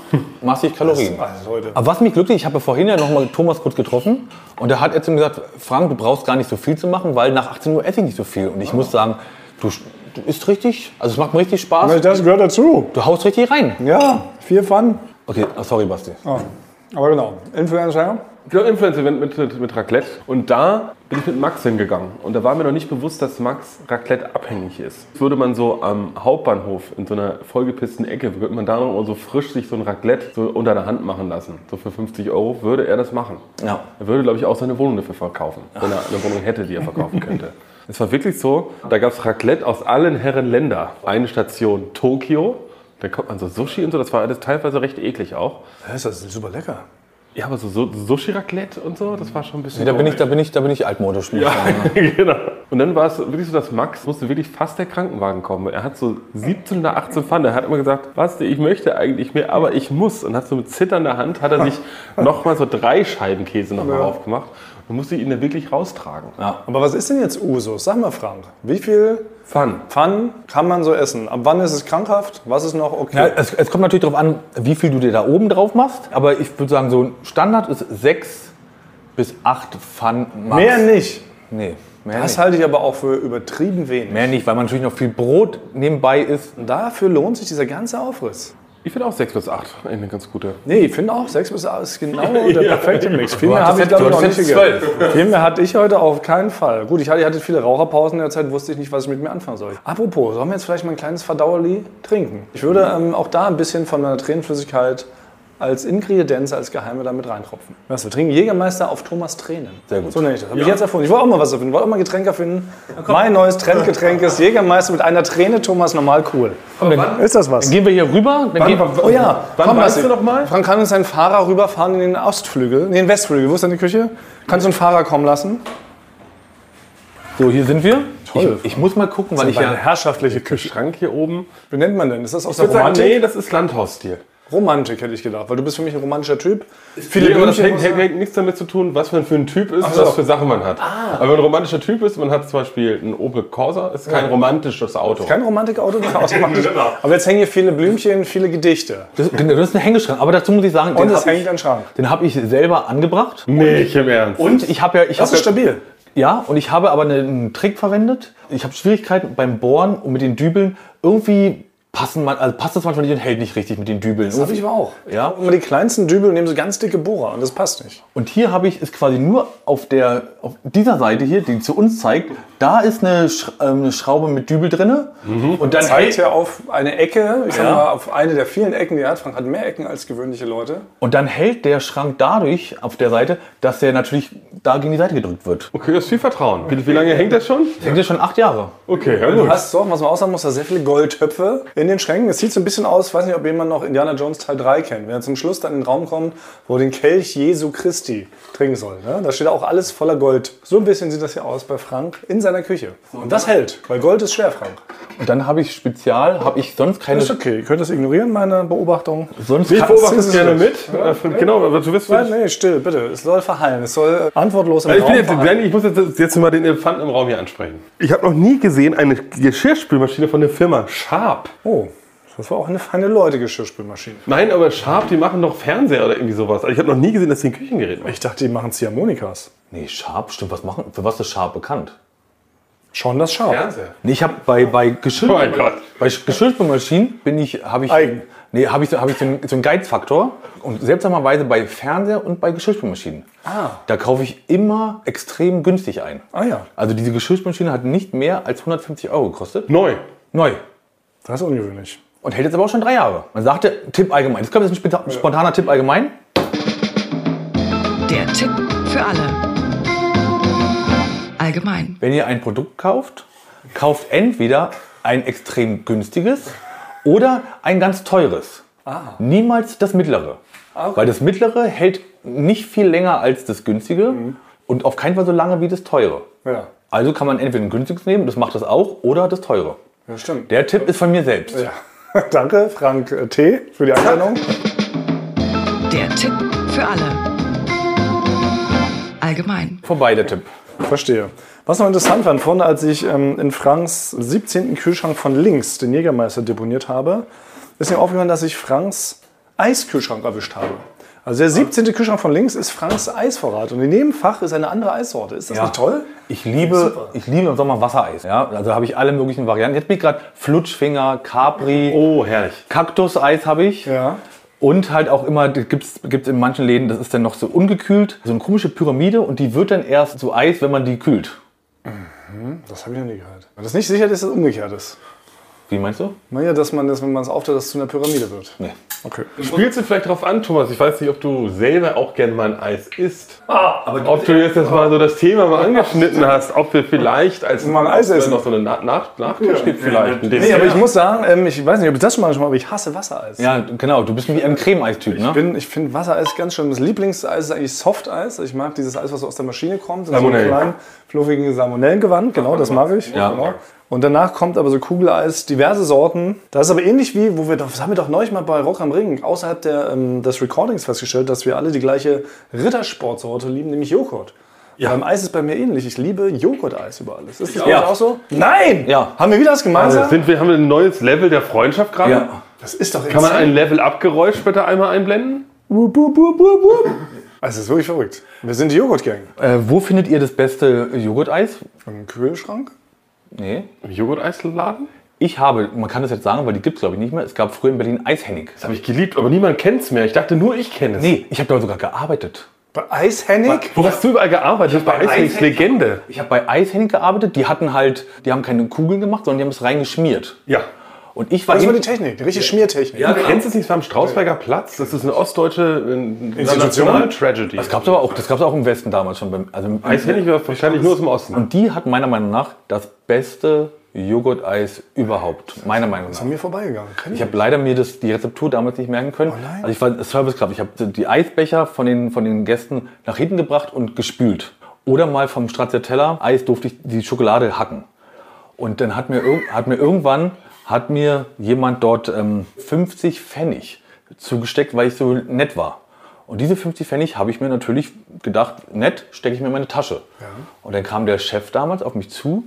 Speaker 4: massig Kalorien.
Speaker 2: Also, Leute.
Speaker 4: Aber was mich glücklich, ich habe vorhin ja noch mal Thomas kurz getroffen und der hat jetzt ihm gesagt, Frank, du brauchst gar nicht so viel zu machen, weil nach 18 Uhr esse ich nicht so viel. Und ich muss sagen, du, du isst richtig, also es macht mir richtig Spaß.
Speaker 2: Das gehört dazu.
Speaker 4: Du haust richtig rein.
Speaker 2: Ja, viel Fun.
Speaker 4: Okay, ah, sorry, Basti.
Speaker 2: Ah, Aber genau, Influencer.
Speaker 3: Genau, Influencer-Event mit, mit, mit Raclette. Und da bin ich mit Max hingegangen. Und da war mir noch nicht bewusst, dass Max Raclette-abhängig ist. Das würde man so am Hauptbahnhof in so einer vollgepissten Ecke, würde man da noch mal so frisch sich so ein Raclette so unter der Hand machen lassen. So für 50 Euro würde er das machen.
Speaker 4: Ja.
Speaker 3: Er würde, glaube ich, auch seine Wohnung dafür verkaufen, wenn er eine Wohnung hätte, die er verkaufen könnte. Es war wirklich so, da gab es Raclette aus allen Herren Länder. Eine Station Tokio, dann kommt man so Sushi und so, das war alles teilweise recht eklig auch.
Speaker 2: Das ist super lecker.
Speaker 3: Ja, aber so, so Sushi-Raclette und so, das war schon ein bisschen...
Speaker 4: Da bin ich, da bin ich, da bin ich altmodisch. muss ich sagen. ne?
Speaker 3: genau. Und dann war es wirklich so, dass Max musste wirklich fast der Krankenwagen kommen. Er hat so 17 oder 18 Pfanne. Er hat immer gesagt, Basti, ich möchte eigentlich mehr, aber ich muss. Und hat so mit zitternder Hand hat er sich nochmal so drei Scheiben Käse nochmal aufgemacht und musste ihn dann wirklich raustragen.
Speaker 2: Aber was ist denn jetzt Usus? Sag mal, Frank, wie viel
Speaker 3: Fun.
Speaker 2: Pfannen kann man so essen? Ab wann ist es krankhaft? Was ist noch okay?
Speaker 4: Ja, es, es kommt natürlich darauf an, wie viel du dir da oben drauf machst. Aber ich würde sagen, so ein Standard ist 6 bis 8 Pfannen max.
Speaker 2: Mehr nicht.
Speaker 4: Nee, mehr
Speaker 2: Das
Speaker 4: nicht.
Speaker 2: halte ich aber auch für übertrieben wenig.
Speaker 4: mehr nicht, weil man natürlich noch viel Brot nebenbei isst.
Speaker 2: Und dafür lohnt sich dieser ganze Aufriss.
Speaker 3: Ich finde auch 6 bis 8 eine ganz gute.
Speaker 2: Nee, ich finde auch, 6 bis 8 ist genau der perfekte Mix. Viel mehr habe ich,
Speaker 4: jetzt-
Speaker 2: glaube ich,
Speaker 4: du
Speaker 2: noch nicht
Speaker 4: hattest jetzt
Speaker 2: gegessen. Viel mehr hatte ich heute auf keinen Fall. Gut, ich hatte, ich hatte viele Raucherpausen in der Zeit, wusste ich nicht, was ich mit mir anfangen soll. Apropos, sollen wir jetzt vielleicht mal ein kleines Verdauerli trinken? Ich würde
Speaker 4: Mhm.
Speaker 2: ähm, auch da ein bisschen von meiner Tränenflüssigkeit als Ingredienz, als Geheime damit reintropfen. Was, wir trinken Jägermeister auf Thomas Tränen.
Speaker 4: Sehr gut.
Speaker 2: So nenne ich das. Habe ich jetzt erfunden. Ich wollte auch mal was erfinden, wollte auch mal Getränke erfinden. Mein neues Trendgetränk ist Jägermeister mit einer Träne, Thomas, normal cool. ist das was?
Speaker 4: Dann gehen wir hier rüber. Dann gehen,
Speaker 2: Oh ja,
Speaker 3: Wann
Speaker 2: komm,
Speaker 3: weißt
Speaker 2: Basti.
Speaker 3: du noch mal?
Speaker 2: Frank kann uns einen Fahrer rüberfahren in den Ostflügel, nee, in den Westflügel. Wo ist deine Küche? Kannst du einen Fahrer kommen lassen?
Speaker 4: so, hier sind wir. Ich, ich muss mal gucken, weil ich ja...
Speaker 2: herrschaftliche Küche.
Speaker 3: Schrank hier oben.
Speaker 2: Wie nennt man denn? Ist das aus
Speaker 3: Ich
Speaker 2: der
Speaker 3: würde sagen,
Speaker 2: Romantik?
Speaker 3: nee, das ist Landhausstil.
Speaker 2: Romantik hätte ich gedacht, weil du bist für mich ein romantischer Typ. Viele
Speaker 3: Nee, aber das
Speaker 2: Blümchen-
Speaker 3: hängt, hängt, hängt nichts damit zu tun, was man für ein Typ ist,
Speaker 2: so.
Speaker 3: was für Sachen man hat. Aber wenn ein romantischer Typ ist, man hat zum Beispiel einen Opel Corsa, ist kein romantisches Auto.
Speaker 2: Kein Romantikauto, das ist ausromantisch. Aber jetzt hängen hier viele Blümchen, viele Gedichte.
Speaker 4: Das, das ist ein Hängeschrank. Aber dazu muss ich sagen,
Speaker 2: Und
Speaker 4: den
Speaker 2: es
Speaker 4: habe ich,
Speaker 2: hängt ein Schrank.
Speaker 4: den hab ich selber angebracht.
Speaker 3: Nee, ich im Ernst.
Speaker 4: Und ich habe ja... Ich
Speaker 2: Das
Speaker 4: hab
Speaker 2: ist
Speaker 4: ja,
Speaker 2: stabil.
Speaker 4: Ja, und ich habe aber einen Trick verwendet. Ich habe Schwierigkeiten beim Bohren und mit den Dübeln irgendwie passen, man- also passt das manchmal nicht und hält nicht richtig mit den Dübeln.
Speaker 2: Das habe ich aber auch.
Speaker 4: Ja.
Speaker 2: Ich hab immer die kleinsten Dübel und nehme so ganz dicke Bohrer und das passt nicht.
Speaker 4: Und hier habe ich, ist quasi nur auf, der, auf dieser Seite hier, die zu uns zeigt, da ist eine, Sch äh, eine Schraube mit Dübel drin.
Speaker 2: Mhm.
Speaker 4: Und dann
Speaker 2: Zeigt
Speaker 4: hält,
Speaker 2: ja auf eine Ecke, ich sag mal, auf eine der vielen Ecken, die er hat. Frank hat mehr Ecken als gewöhnliche Leute.
Speaker 4: und dann hält der Schrank dadurch auf der Seite, dass der natürlich da gegen die Seite gedrückt wird.
Speaker 3: Okay, das ist viel Vertrauen. Wie, wie lange hängt das schon?
Speaker 4: Das sind ja schon acht Jahre.
Speaker 3: Okay, ja gut.
Speaker 2: Du hast doch, was man auch sagen muss, da sehr viele Goldtöpfe in den Schränken. Es sieht so ein bisschen aus, weiß nicht, ob jemand noch Indiana Jones Teil 3 kennt. Wenn er zum Schluss dann in den Raum kommt, wo er den Kelch Jesu Christi trinken soll. Ne? Da steht auch alles voller Gold. So ein bisschen sieht das hier aus bei Frank in seiner Küche. Und das hält, weil Gold ist schwer, Frank.
Speaker 4: Und dann habe ich spezial, habe ich sonst keine,
Speaker 2: Ist okay, ihr könnt das ignorieren, meine Beobachtung.
Speaker 4: sonst
Speaker 3: Ich
Speaker 4: keine-
Speaker 3: beobachte
Speaker 2: das
Speaker 3: es
Speaker 2: ist
Speaker 3: gerne
Speaker 2: es
Speaker 3: mit. Äh, Genau, aber du wirst.
Speaker 2: Nein, nee, still, bitte. Es soll verhallen. Es soll äh, antwortlos im
Speaker 3: Also ich, bin
Speaker 2: Raum
Speaker 3: jetzt,
Speaker 2: verhallen.
Speaker 3: Danny, ich muss jetzt, jetzt mal den Elefanten im Raum hier ansprechen. Ich habe noch nie gesehen eine Geschirrspülmaschine von der Firma Sharp.
Speaker 2: Oh, das war auch eine feine Leute-Geschirrspülmaschine.
Speaker 3: Nein, aber Sharp, die machen doch Fernseher oder irgendwie sowas. Also ich habe noch nie gesehen, dass sie ein Küchengerät machen.
Speaker 2: Ich dachte, die machen Ziehharmonikas.
Speaker 4: Nee, Sharp, stimmt, was machen, für was ist Sharp bekannt?
Speaker 2: Schon das scharf.
Speaker 3: Fernseher?
Speaker 4: Nee, ich habe bei, bei Geschirr...
Speaker 3: Oh mein Gott.
Speaker 4: Bei Sch- Geschirrspülmaschinen bin ich, habe ich,
Speaker 2: Eigen.
Speaker 4: nee, habe ich, so, habe ich so, einen, so einen Geizfaktor und seltsamerweise bei Fernseher und bei Geschirrspülmaschinen.
Speaker 2: Ah.
Speaker 4: Da kaufe ich immer extrem günstig ein.
Speaker 2: Ah ja,
Speaker 4: Also diese Geschirrspülmaschine hat nicht mehr als 150 Euro gekostet.
Speaker 3: Neu.
Speaker 4: Neu.
Speaker 2: das ist ungewöhnlich.
Speaker 4: Und hält jetzt aber auch schon drei Jahre. Man sagte, Tipp allgemein. Das kommt jetzt ein spontan- spontaner Tipp allgemein.
Speaker 7: Der Tipp für alle. Allgemein.
Speaker 4: Wenn ihr ein Produkt kauft, kauft entweder ein extrem günstiges oder ein ganz teures.
Speaker 2: Ah.
Speaker 4: Niemals das mittlere. Weil das mittlere hält nicht viel länger als das günstige und auf keinen Fall so lange wie das teure.
Speaker 2: Mhm. Ja,
Speaker 4: Also kann man entweder ein günstiges nehmen, das macht das auch, oder das teure.
Speaker 2: das stimmt.
Speaker 4: Der Tipp ist von mir selbst.
Speaker 2: Ja. Danke, Frank äh, T. für die Einladung.
Speaker 7: Der Tipp für alle. Allgemein.
Speaker 4: Vorbei der Tipp.
Speaker 2: Verstehe. Was noch interessant fand, vorhin, als ich ähm, in Franks 17. Kühlschrank von links den Jägermeister deponiert habe, ist mir aufgefallen, dass ich Franks Eiskühlschrank erwischt habe. Also der 17. Kühlschrank von links ist Franks Eisvorrat und in jedem Fach ist eine andere Eissorte. Ist das nicht toll?
Speaker 4: Ich liebe, ich liebe im Sommer Wassereis. Ja? Also habe ich alle möglichen Varianten. Jetzt bin ich gerade Flutschfinger, Capri,
Speaker 3: Oh, herrlich.
Speaker 4: Kaktuseis habe ich.
Speaker 2: Ja.
Speaker 4: Und halt auch immer, gibt es in manchen Läden, das ist dann noch so ungekühlt, so eine komische Pyramide und die wird dann erst zu Eis, wenn man die kühlt.
Speaker 2: Das habe ich noch nie gehört. Weil das nicht sicher ist, dass es umgekehrt ist.
Speaker 4: Wie meinst du?
Speaker 2: Naja, dass man das, wenn man es auftritt, dass es zu einer Pyramide wird.
Speaker 4: Nee.
Speaker 2: Okay.
Speaker 3: Spielst du vielleicht drauf an, Thomas? Ich weiß nicht, ob du selber auch gerne mal ein Eis isst. aber ob du jetzt das mal so das Thema mal angeschnitten hast, ob wir vielleicht als
Speaker 2: Mal ein Eis
Speaker 3: wenn
Speaker 2: essen.
Speaker 3: noch so eine Na- Nach Nachtisch gibt vielleicht. ein
Speaker 2: Nee,
Speaker 3: Dessert.
Speaker 2: aber ich muss sagen, ähm, ich weiß nicht, ob ich das schon mal schon mal, aber ich hasse Wassereis.
Speaker 4: Ja, genau, du bist wie ein Creme-Eis-Typ,
Speaker 2: Ich,
Speaker 4: ne?
Speaker 2: bin- ich finde Wassereis ganz schön. Das Lieblingseis ist eigentlich Softeis. Ich mag dieses Eis, was so aus der Maschine kommt. In so einem
Speaker 3: Salmonellen.
Speaker 2: kleinen, fluffigen Salmonellengewand. Genau, das mag ich.
Speaker 4: Ja.
Speaker 2: Genau. Und danach kommt aber so Kugeleis, diverse Sorten. Das ist aber ähnlich wie, wo wir doch, das haben wir doch neulich mal bei Rock am Ring außerhalb der, ähm, des Recordings festgestellt, dass wir alle die gleiche Rittersportsorte lieben, nämlich Joghurt. Ja. Beim Eis ist bei mir ähnlich. Ich liebe Joghurt-Eis über alles. Ist das bei
Speaker 4: auch.
Speaker 2: euch auch so? Nein!
Speaker 4: Ja.
Speaker 2: Haben wir wieder das gemeinsam?
Speaker 3: also sind wir, haben wir ein neues Level der Freundschaft gerade?
Speaker 4: Ja.
Speaker 2: das ist doch
Speaker 3: Kann man
Speaker 2: insane.
Speaker 3: ein Level-Up-Geräusch bitte einmal einblenden?
Speaker 2: Wup, wup, wup, wup, wup. Also, es ist wirklich verrückt. Wir sind die Joghurt-Gang.
Speaker 4: Äh, wo findet ihr das beste Joghurt-Eis?
Speaker 2: Im Kühlschrank?
Speaker 4: Nee.
Speaker 3: Im Joghurt-Eisladen?
Speaker 4: Ich habe, man kann das jetzt sagen, weil die gibt es glaube ich nicht mehr, es gab früher in Berlin Eishennig.
Speaker 3: Das habe ich geliebt, aber niemand kennt es mehr. Ich dachte nur, ich kenne es.
Speaker 4: Nee, ich habe da sogar gearbeitet.
Speaker 2: Bei Eishennig?
Speaker 3: Wo hast du überall gearbeitet? Bei Eisnigs Legende.
Speaker 4: Ich habe bei Eishennig gearbeitet, die hatten halt, die haben keine Kugeln gemacht, sondern die haben es reingeschmiert.
Speaker 3: Ja.
Speaker 4: Und ich war
Speaker 2: Das war
Speaker 4: eben-
Speaker 2: die Technik, die richtige Schmiertechnik.
Speaker 3: Du kennst es nicht, es war am Straußberger Platz. Das ist eine ostdeutsche äh,
Speaker 2: Institution?
Speaker 3: National-Tragedy.
Speaker 4: Das gab's aber auch, das gab's auch im Westen damals schon. Beim, also im-
Speaker 3: Eishennig war wahrscheinlich nur aus dem Osten.
Speaker 4: und die hat meiner Meinung nach das beste Joghurt-Eis überhaupt. Meiner Meinung nach.
Speaker 2: An mir vorbeigegangen. Kann
Speaker 4: Ich habe leider mir das, die Rezeptur damals nicht merken können. also ich war Servicekraft. Ich habe die Eisbecher von den, von den Gästen nach hinten gebracht und gespült. Oder mal vom Stracciatella Eis durfte ich die Schokolade hacken. Und dann hat mir, irg- hat mir irgendwann hat mir jemand dort ähm, 50 Pfennig zugesteckt, weil ich so nett war. Und diese 50 Pfennig habe ich mir natürlich gedacht, nett, stecke ich mir in meine Tasche. Und dann kam der Chef damals auf mich zu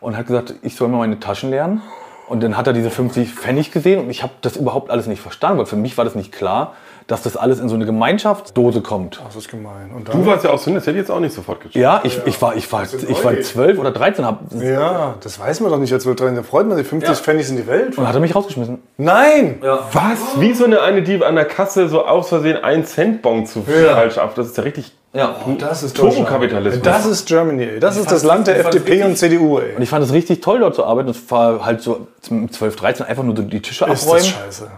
Speaker 4: und hat gesagt, ich soll mal meine Taschen lernen. Und dann hat er diese 50 Pfennig gesehen und ich habe das überhaupt alles nicht verstanden, weil für mich war das nicht klar, dass das alles in so eine Gemeinschaftsdose kommt.
Speaker 2: Das ist gemein. Und
Speaker 3: Du
Speaker 2: dann,
Speaker 3: warst ja auch so, das hätte ich jetzt auch nicht sofort gecheckt.
Speaker 4: Ja, ich, ich war ich war ich war
Speaker 2: neu.
Speaker 4: 12 oder 13 hab, und
Speaker 2: ja, das weiß man doch nicht als Wildrein. Da freut man sich. 50 Pfennig sind die Welt.
Speaker 4: dann hat er mich rausgeschmissen.
Speaker 2: Nein!
Speaker 3: Was? Wie so eine, eine die an der Kasse so aus Versehen einen Centbon zu
Speaker 2: Ja.
Speaker 3: falsch ab. Das ist ja richtig.
Speaker 4: Ja.
Speaker 2: Das ist
Speaker 3: Turbokapitalismus.
Speaker 2: Deutschland. Das ist Germany. ey. Das ist das Land der
Speaker 4: ich fand's
Speaker 2: FDP und CDU. Ey.
Speaker 4: Und ich fand es richtig toll, dort zu arbeiten. Es war halt so zum 12, 13 einfach nur so die Tische
Speaker 2: Ist
Speaker 4: abräumen.
Speaker 2: das scheiße.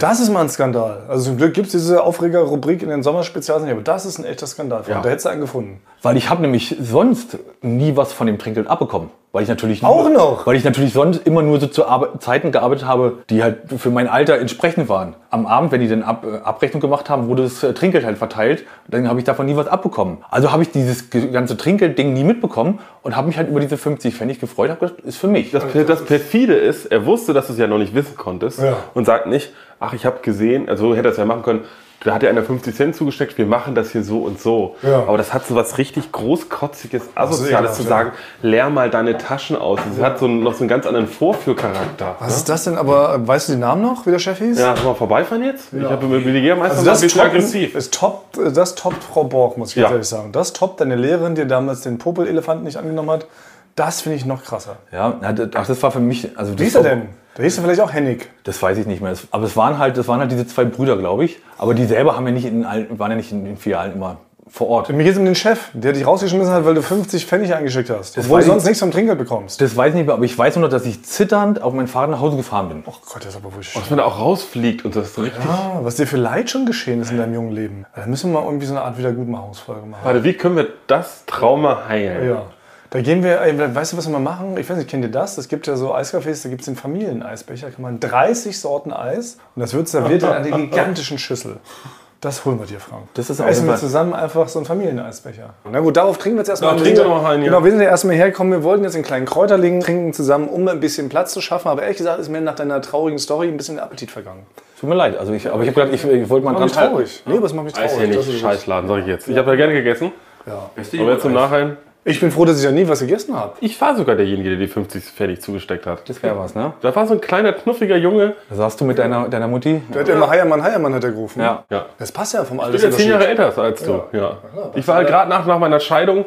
Speaker 2: das ist mal ein Skandal. Also zum Glück gibt es diese Aufreger-Rubrik in den Sommerspezials nicht, aber das ist ein echter Skandal. Ja. Da hättest du einen gefunden.
Speaker 4: Weil ich habe nämlich sonst nie was von dem Trinkgeld abbekommen. Weil ich natürlich
Speaker 2: Auch
Speaker 4: nur,
Speaker 2: noch?
Speaker 4: Weil ich natürlich sonst immer nur so zu Arbe Zeiten gearbeitet habe, die halt für mein Alter entsprechend waren. Am Abend, wenn die dann Ab äh, Abrechnung gemacht haben, wurde das äh, Trinkgeld halt verteilt. Dann habe ich davon nie was abbekommen. Also habe ich dieses ge- ganze Trinkgeldding nie mitbekommen und habe mich halt über diese 50 Pfennig gefreut. Habe gedacht, ist für mich.
Speaker 3: Das, per- das perfide ist, er wusste, dass du es ja noch nicht wissen konntest
Speaker 2: Ja.
Speaker 3: und sagt nicht, ach, ich habe gesehen, also hätte er es ja machen können, da hat ja einer 50 Cent zugesteckt, wir machen das hier so und so.
Speaker 2: Ja.
Speaker 3: Aber das hat so was richtig großkotziges,
Speaker 2: ekelhaft,
Speaker 3: asoziales zu
Speaker 2: ja.
Speaker 3: sagen, leer mal deine Taschen aus. Das hat so einen, noch so einen ganz anderen Vorführcharakter.
Speaker 2: Was ist das denn? Aber äh, weißt du den Namen noch, wie der Chef hieß?
Speaker 3: Ja, sollen wir vorbeifahren jetzt? Ich habe mit Militärmeister
Speaker 2: Also das,
Speaker 3: ein bisschen
Speaker 2: toppt,
Speaker 3: aggressiv.
Speaker 2: Es toppt, äh, das toppt Frau Borg, muss ich ganz
Speaker 3: Ja.
Speaker 2: ehrlich sagen. Das toppt deine Lehrerin, die damals den Popelelefanten nicht angenommen hat. Das finde ich noch krasser.
Speaker 4: ja, na, das- ach, das war für mich. Also
Speaker 2: Wie hieß er denn? Da hieß er vielleicht auch Hennig.
Speaker 4: Das weiß ich nicht mehr. Das, aber es waren halt, das waren halt diese zwei Brüder, glaube ich. Aber die selber haben ja nicht in allen, waren ja nicht in den Filialen immer vor Ort.
Speaker 2: Mir geht es um den Chef, der dich rausgeschmissen hat, weil du 50 Pfennig eingeschickt hast. Obwohl
Speaker 4: weiß
Speaker 2: du
Speaker 4: ich-
Speaker 2: sonst nichts vom Trinkgeld bekommst.
Speaker 4: Das weiß ich nicht mehr, aber ich weiß nur noch, dass ich zitternd auf mein Fahrrad nach Hause gefahren bin.
Speaker 2: Oh Gott, das ist aber wohl
Speaker 3: Dass man da auch rausfliegt und das ist richtig.
Speaker 2: Ah, was dir für Leid schon geschehen ist in deinem jungen Leben. Also Da müssen wir mal irgendwie so eine Art Wiedergutmachungsfolge machen.
Speaker 3: Warte, wie können wir das Trauma heilen?
Speaker 2: Ja. Da gehen wir, ey, weißt du, was wir mal machen? Ich weiß nicht, kennt ihr das? Es gibt ja so Eiscafés, da gibt es den Familieneisbecher, da kann man 30 Sorten Eis und das wird serviert in einer gigantischen Schüssel. Das holen wir dir, Frank.
Speaker 4: Das ist
Speaker 2: Da
Speaker 4: auf jeden
Speaker 2: essen wir
Speaker 4: Fall-
Speaker 2: zusammen einfach so einen Familieneisbecher. Na gut, darauf trinken wir jetzt erstmal.
Speaker 3: Da
Speaker 2: Wir
Speaker 3: trinken
Speaker 2: sind
Speaker 3: wir noch einen, ja.
Speaker 2: Genau, wir sind ja erstmal hergekommen. Wir wollten jetzt einen kleinen Kräuterling trinken zusammen, um ein bisschen Platz zu schaffen. Aber ehrlich gesagt ist mir nach deiner traurigen Story ein bisschen der Appetit vergangen.
Speaker 4: Tut mir leid. Also ich, aber ich habe gedacht, ich, ich wollte mal dran
Speaker 2: Nee, was macht mich
Speaker 3: Weiß ja
Speaker 2: traurig? Oh, Das
Speaker 3: nicht,
Speaker 2: ist-
Speaker 3: Scheißladen, sag ich jetzt. Ich habe ja gerne gegessen.
Speaker 2: Ja.
Speaker 3: Aber jetzt zum Nachhinein.
Speaker 2: Ich bin froh, dass ich ja nie was gegessen habe.
Speaker 3: Ich war sogar derjenige, der die 50 fertig zugesteckt hat.
Speaker 4: Das wäre was, ne?
Speaker 3: Da war so ein kleiner, knuffiger Junge.
Speaker 4: Da saßt du mit deiner, deiner Mutti.
Speaker 2: Der hat ja immer Heiermann, Heiermann hat er gerufen.
Speaker 4: Ja.
Speaker 3: Ja.
Speaker 2: Das passt ja vom
Speaker 3: Ich bin ja zehn
Speaker 2: Alter.
Speaker 3: Jahre älter als du. Ja. Ich war halt gerade nach, nach meiner Scheidung,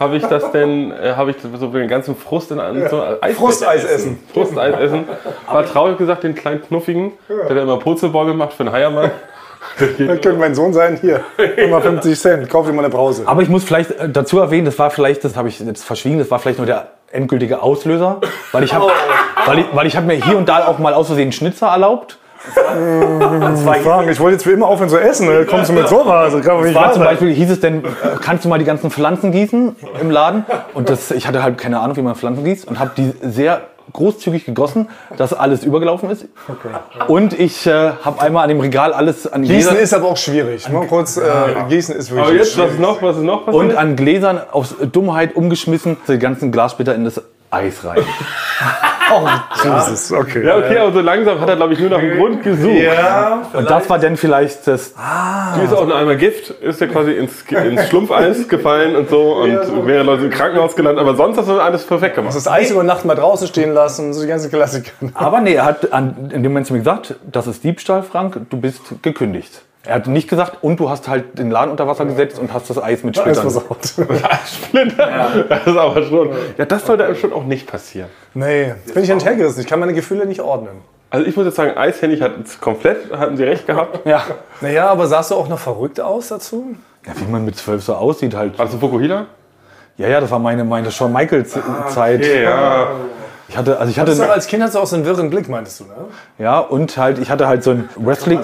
Speaker 3: habe ich das denn, äh, habe ich so den ganzen Frust in einem so Eis
Speaker 2: Frusteis essen.
Speaker 3: Frusteis essen. War traurig gesagt, den kleinen Knuffigen, der hat immer Purzelball gemacht für den Heiermann.
Speaker 2: Das könnte mein Sohn sein. Hier, nochmal 50 Cent. Kauf dir mal eine Brause.
Speaker 4: Aber ich muss vielleicht äh, dazu erwähnen, das war vielleicht, das habe ich jetzt verschwiegen, das war vielleicht nur der endgültige Auslöser, weil ich habe weil ich, weil ich hab mir hier und da auch mal aus Versehen Schnitzer erlaubt.
Speaker 2: Frank, ich wollte jetzt für immer aufhören zu essen. Dann kommst du mit Also, sowas. Das kann doch nicht
Speaker 4: War
Speaker 2: wahr
Speaker 4: zum
Speaker 2: sein.
Speaker 4: Beispiel, hieß es denn, äh, kannst du mal die ganzen Pflanzen gießen im Laden? Und das, ich hatte halt keine Ahnung, wie man Pflanzen gießt und habe die sehr großzügig gegossen, dass alles übergelaufen ist. Und ich äh, habe einmal an dem Regal alles an
Speaker 2: Gießen
Speaker 4: Gläsern-
Speaker 2: ist aber auch schwierig. Mal kurz, äh, Gießen ist wirklich
Speaker 3: Aber jetzt, was
Speaker 2: schwierig.
Speaker 3: ist noch, was ist noch passiert?
Speaker 4: und an Gläsern aus Dummheit umgeschmissen, die ganzen Glassplitter in das Eis rein.
Speaker 2: Jesus, okay.
Speaker 3: Ja, okay, aber so langsam hat er, glaube ich, nur nach einem Grund gesucht.
Speaker 4: Und das war dann vielleicht das.
Speaker 3: Hier ist auch noch einmal Gift, ist ja quasi ins, ins Schlumpfeis gefallen und so und mehrere Leute im Krankenhaus gelandet, aber sonst hast du alles perfekt gemacht.
Speaker 2: Das Eis über Nacht mal draußen stehen lassen, so die ganzen Klassiker.
Speaker 4: Aber nee, er hat an, in dem Moment zu mir gesagt, das ist Diebstahl, Frank, du bist gekündigt. Er hat nicht gesagt, und du hast halt den Laden unter Wasser gesetzt und hast das Eis mit
Speaker 2: Alles
Speaker 4: Splittern.
Speaker 2: versaut.
Speaker 3: Splinter. Das ist aber schon. Ja, das sollte einem schon auch nicht passieren.
Speaker 2: Nee, jetzt bin ich hinterhergerissen. Ich kann meine Gefühle nicht ordnen.
Speaker 3: Also ich muss jetzt sagen, Eishändig hat es komplett, hatten sie recht gehabt.
Speaker 4: Ja.
Speaker 2: Naja, aber sahst du auch noch verrückt aus dazu?
Speaker 4: ja. Wie man mit zwölf so aussieht halt.
Speaker 3: Warst du Also Fukuhila?
Speaker 4: Ja, ja, das war meine, meine Shawn Michaels äh, Zeit.
Speaker 3: Ja.
Speaker 4: Ich hatte, also ich
Speaker 2: Du Ah, halt hast doch
Speaker 4: hatte,
Speaker 2: als Kind hast du auch so einen wirren Blick, meintest du, ne?
Speaker 4: ja, und halt, ich hatte halt so ein Wrestling,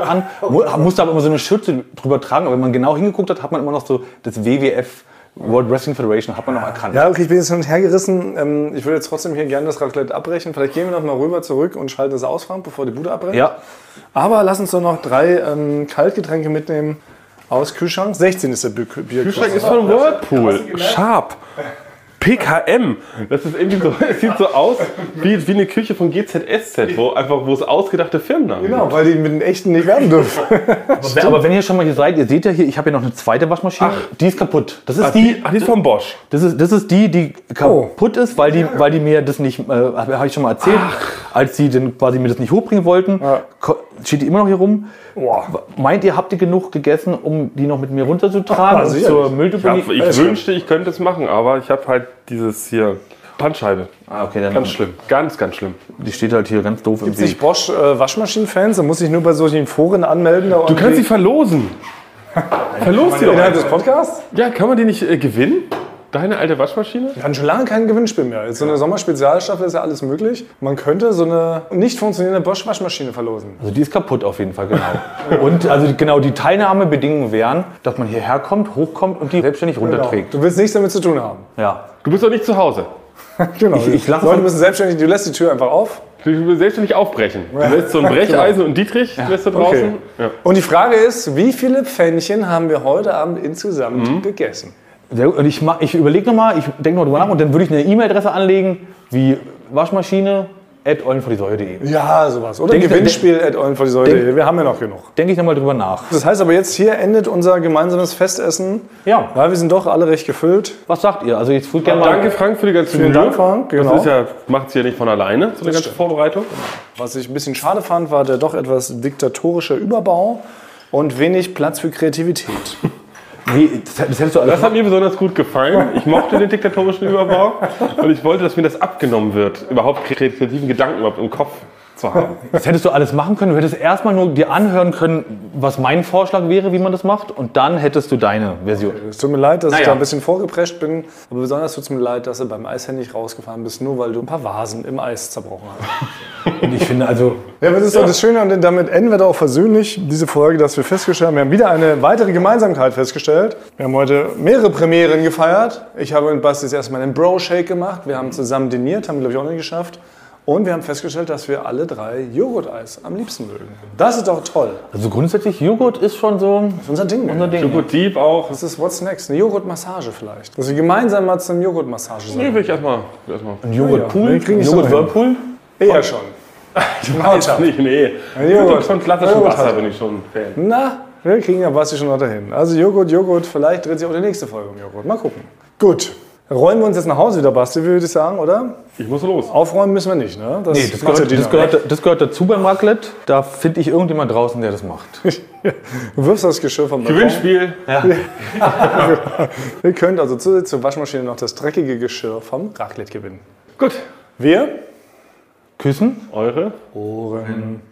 Speaker 4: an, mu- musste aber immer so eine Schürze drüber tragen, aber wenn man genau hingeguckt hat, hat man immer noch so das WWF, World Wrestling Federation, hat man noch erkannt.
Speaker 2: Ja, okay, ich bin jetzt hin und her gerissen. Ähm, ich würde jetzt trotzdem hier gerne das Raclette abbrechen. Vielleicht gehen wir noch mal rüber zurück und schalten das aus, Frank, bevor die Bude abbrennt.
Speaker 4: ja.
Speaker 2: Aber lass uns doch noch drei ähm, Kaltgetränke mitnehmen aus Kühlschrank. 16 ist der Bier Kühlschrank.
Speaker 3: Kühlschrank ist von Whirlpool. Sharp. PKM. Das ist irgendwie so, es sieht so aus wie, wie eine Küche von GZSZ, wo einfach, wo es ausgedachte Firmennamen gibt.
Speaker 2: Genau, weil die mit den echten nicht werden dürfen.
Speaker 4: Wer- Aber wenn ihr schon mal hier seid, ihr seht ja hier, ich habe ja noch eine zweite Waschmaschine. die ist kaputt. Das ist
Speaker 2: Ah,
Speaker 4: die,
Speaker 3: ach, die ist von Bosch.
Speaker 4: das ist, das ist die, die kaputt
Speaker 2: Oh.
Speaker 4: ist, weil die, weil die mir das nicht, äh, habe hab ich schon mal erzählt, als sie dann quasi mir das nicht hochbringen wollten, ko- steht die immer noch hier rum. Meint ihr, habt ihr genug gegessen, um die noch mit mir runterzutragen
Speaker 2: Ah,
Speaker 4: und
Speaker 2: sicherlich.
Speaker 4: zur Mülltüte?
Speaker 3: Ja, ich wünschte, ich könnte es machen, aber ich habe halt dieses hier. Bandscheibe.
Speaker 4: Ah, okay, dann-
Speaker 3: ganz schlimm. Ganz, ganz schlimm.
Speaker 4: die steht halt hier ganz doof im
Speaker 2: Gibt es nicht
Speaker 4: Weg.
Speaker 2: Bosch äh, Waschmaschinenfans? Da muss ich nur bei solchen Foren anmelden.
Speaker 3: Du kannst sie verlosen. Verlos die doch.
Speaker 2: innerhalb des
Speaker 3: einfach.
Speaker 2: Podcasts?
Speaker 3: Ja, kann man die nicht äh, gewinnen? Deine alte Waschmaschine?
Speaker 2: Wir hatten schon lange kein Gewinnspiel mehr. Jetzt so eine Sommerspezialstaffel ist ja alles möglich. Man könnte so eine nicht funktionierende Bosch-Waschmaschine verlosen.
Speaker 4: Also die ist kaputt auf jeden Fall, genau. und also die- genau die Teilnahmebedingungen wären, dass man hierher kommt, hochkommt und die selbstständig runterträgt.
Speaker 2: Du willst nichts damit zu tun haben.
Speaker 4: Genau. Ja.
Speaker 3: Du bist doch nicht zu Hause.
Speaker 2: Genau.
Speaker 4: Ich- ich lache
Speaker 2: Leute
Speaker 4: von-
Speaker 2: müssen selbstständig, du lässt die Tür einfach auf.
Speaker 3: Du willst selbstständig aufbrechen. Du lässt so ein Brecheisen und Dietrich lässt du draußen. Ja.
Speaker 2: Und die Frage ist, wie viele Pfännchen haben wir heute Abend insgesamt gegessen?
Speaker 4: Sehr gut. Und ich, mach- ich überlege nochmal, ich denke noch drüber nach und dann würde ich eine E-Mail-Adresse anlegen wie waschmaschine at eulenvordiesäure.de.
Speaker 2: Ja, sowas. Oder
Speaker 4: Denk-
Speaker 2: Gewinnspiel at Eulen vor die Säule. Wir haben ja noch genug.
Speaker 4: Denke ich nochmal drüber nach.
Speaker 2: Das heißt aber jetzt, hier endet unser gemeinsames Festessen.
Speaker 4: Ja.
Speaker 2: Ja, wir sind doch alle recht gefüllt.
Speaker 4: Was sagt ihr? Also jetzt würde gerne mal.
Speaker 3: Danke, Frank, für die ganze
Speaker 2: Vielen
Speaker 3: Mühe.
Speaker 2: Dank, Frank. Genau.
Speaker 3: Das ist ja, macht es ja nicht von alleine, so eine ganze Vorbereitung.
Speaker 2: Was ich ein bisschen schade fand, war der doch etwas diktatorische Überbau und wenig Platz für Kreativität.
Speaker 4: Wie, das, das hättest du alles.
Speaker 3: Das hat mir besonders gut gefallen. Ich mochte den diktatorischen Überbau und ich wollte, dass mir das abgenommen wird, überhaupt kreativen Gedanken überhaupt im Kopf zu haben.
Speaker 4: Das hättest du alles machen können. Du hättest erstmal nur dir anhören können, was mein Vorschlag wäre, wie man das macht. Und dann hättest du deine Version.
Speaker 2: Es tut mir leid, dass ich
Speaker 4: Naja.
Speaker 2: da ein bisschen vorgeprescht bin, aber besonders tut es mir leid, dass du beim Eishändig rausgefahren bist, nur weil du ein paar Vasen im Eis zerbrochen hast.
Speaker 4: Und ich finde also,
Speaker 2: Ja, aber das ist doch das Schöne und damit enden wir doch auch versöhnlich diese Folge, dass wir festgestellt haben, wir haben wieder eine weitere Gemeinsamkeit festgestellt. Wir haben heute mehrere Premieren gefeiert. Ich habe mit Basti erstmal einen Bro-Shake gemacht. Wir haben zusammen diniert, haben wir, glaube ich, auch nicht geschafft. Und wir haben festgestellt, dass wir alle drei Joghurt-Eis am liebsten mögen. Das ist doch toll.
Speaker 4: also grundsätzlich Joghurt ist schon so
Speaker 2: Das ist unser Ding.
Speaker 4: unser Ding.
Speaker 3: Gut, Dieb auch.
Speaker 2: Das ist What's Next, eine Joghurtmassage vielleicht. Dass wir gemeinsam mal zum Joghurtmassage
Speaker 3: Nee,
Speaker 2: sind.
Speaker 3: will ich erstmal. erstmal.
Speaker 4: Ein Joghurtpool,
Speaker 2: Nee, krieg ich so
Speaker 4: Joghurt
Speaker 2: hin.
Speaker 4: Whirlpool.
Speaker 2: Eher schon. Die Mannschaft.
Speaker 3: Nee, nee. Ich
Speaker 2: Joghurt.
Speaker 3: bin Von klassischem
Speaker 2: Joghurt
Speaker 3: Wasser
Speaker 2: hat-
Speaker 3: bin ich schon ein Fan.
Speaker 2: Na, wir kriegen ja Basti schon noch dahin. Also Joghurt, Joghurt, vielleicht dreht sich auch die nächste Folge um Joghurt. Mal gucken. Gut. Räumen wir uns jetzt nach Hause wieder, Basti, würde ich sagen, oder?
Speaker 3: Ich muss los.
Speaker 2: Aufräumen müssen wir nicht, ne?
Speaker 4: Nee, das
Speaker 2: macht
Speaker 4: gehört,
Speaker 2: ja
Speaker 4: das,
Speaker 2: Dina.
Speaker 4: gehört, das gehört dazu beim Raclette. Da finde ich irgendjemand draußen, der das macht.
Speaker 2: Du wirfst das Geschirr vom Balkon.
Speaker 3: Gewinnspiel.
Speaker 2: Ihr könnt also zusätzlich zur Waschmaschine noch das dreckige Geschirr vom Raclette gewinnen.
Speaker 3: Gut.
Speaker 2: Wir
Speaker 4: Küssen?
Speaker 3: Eure?
Speaker 2: Ohren.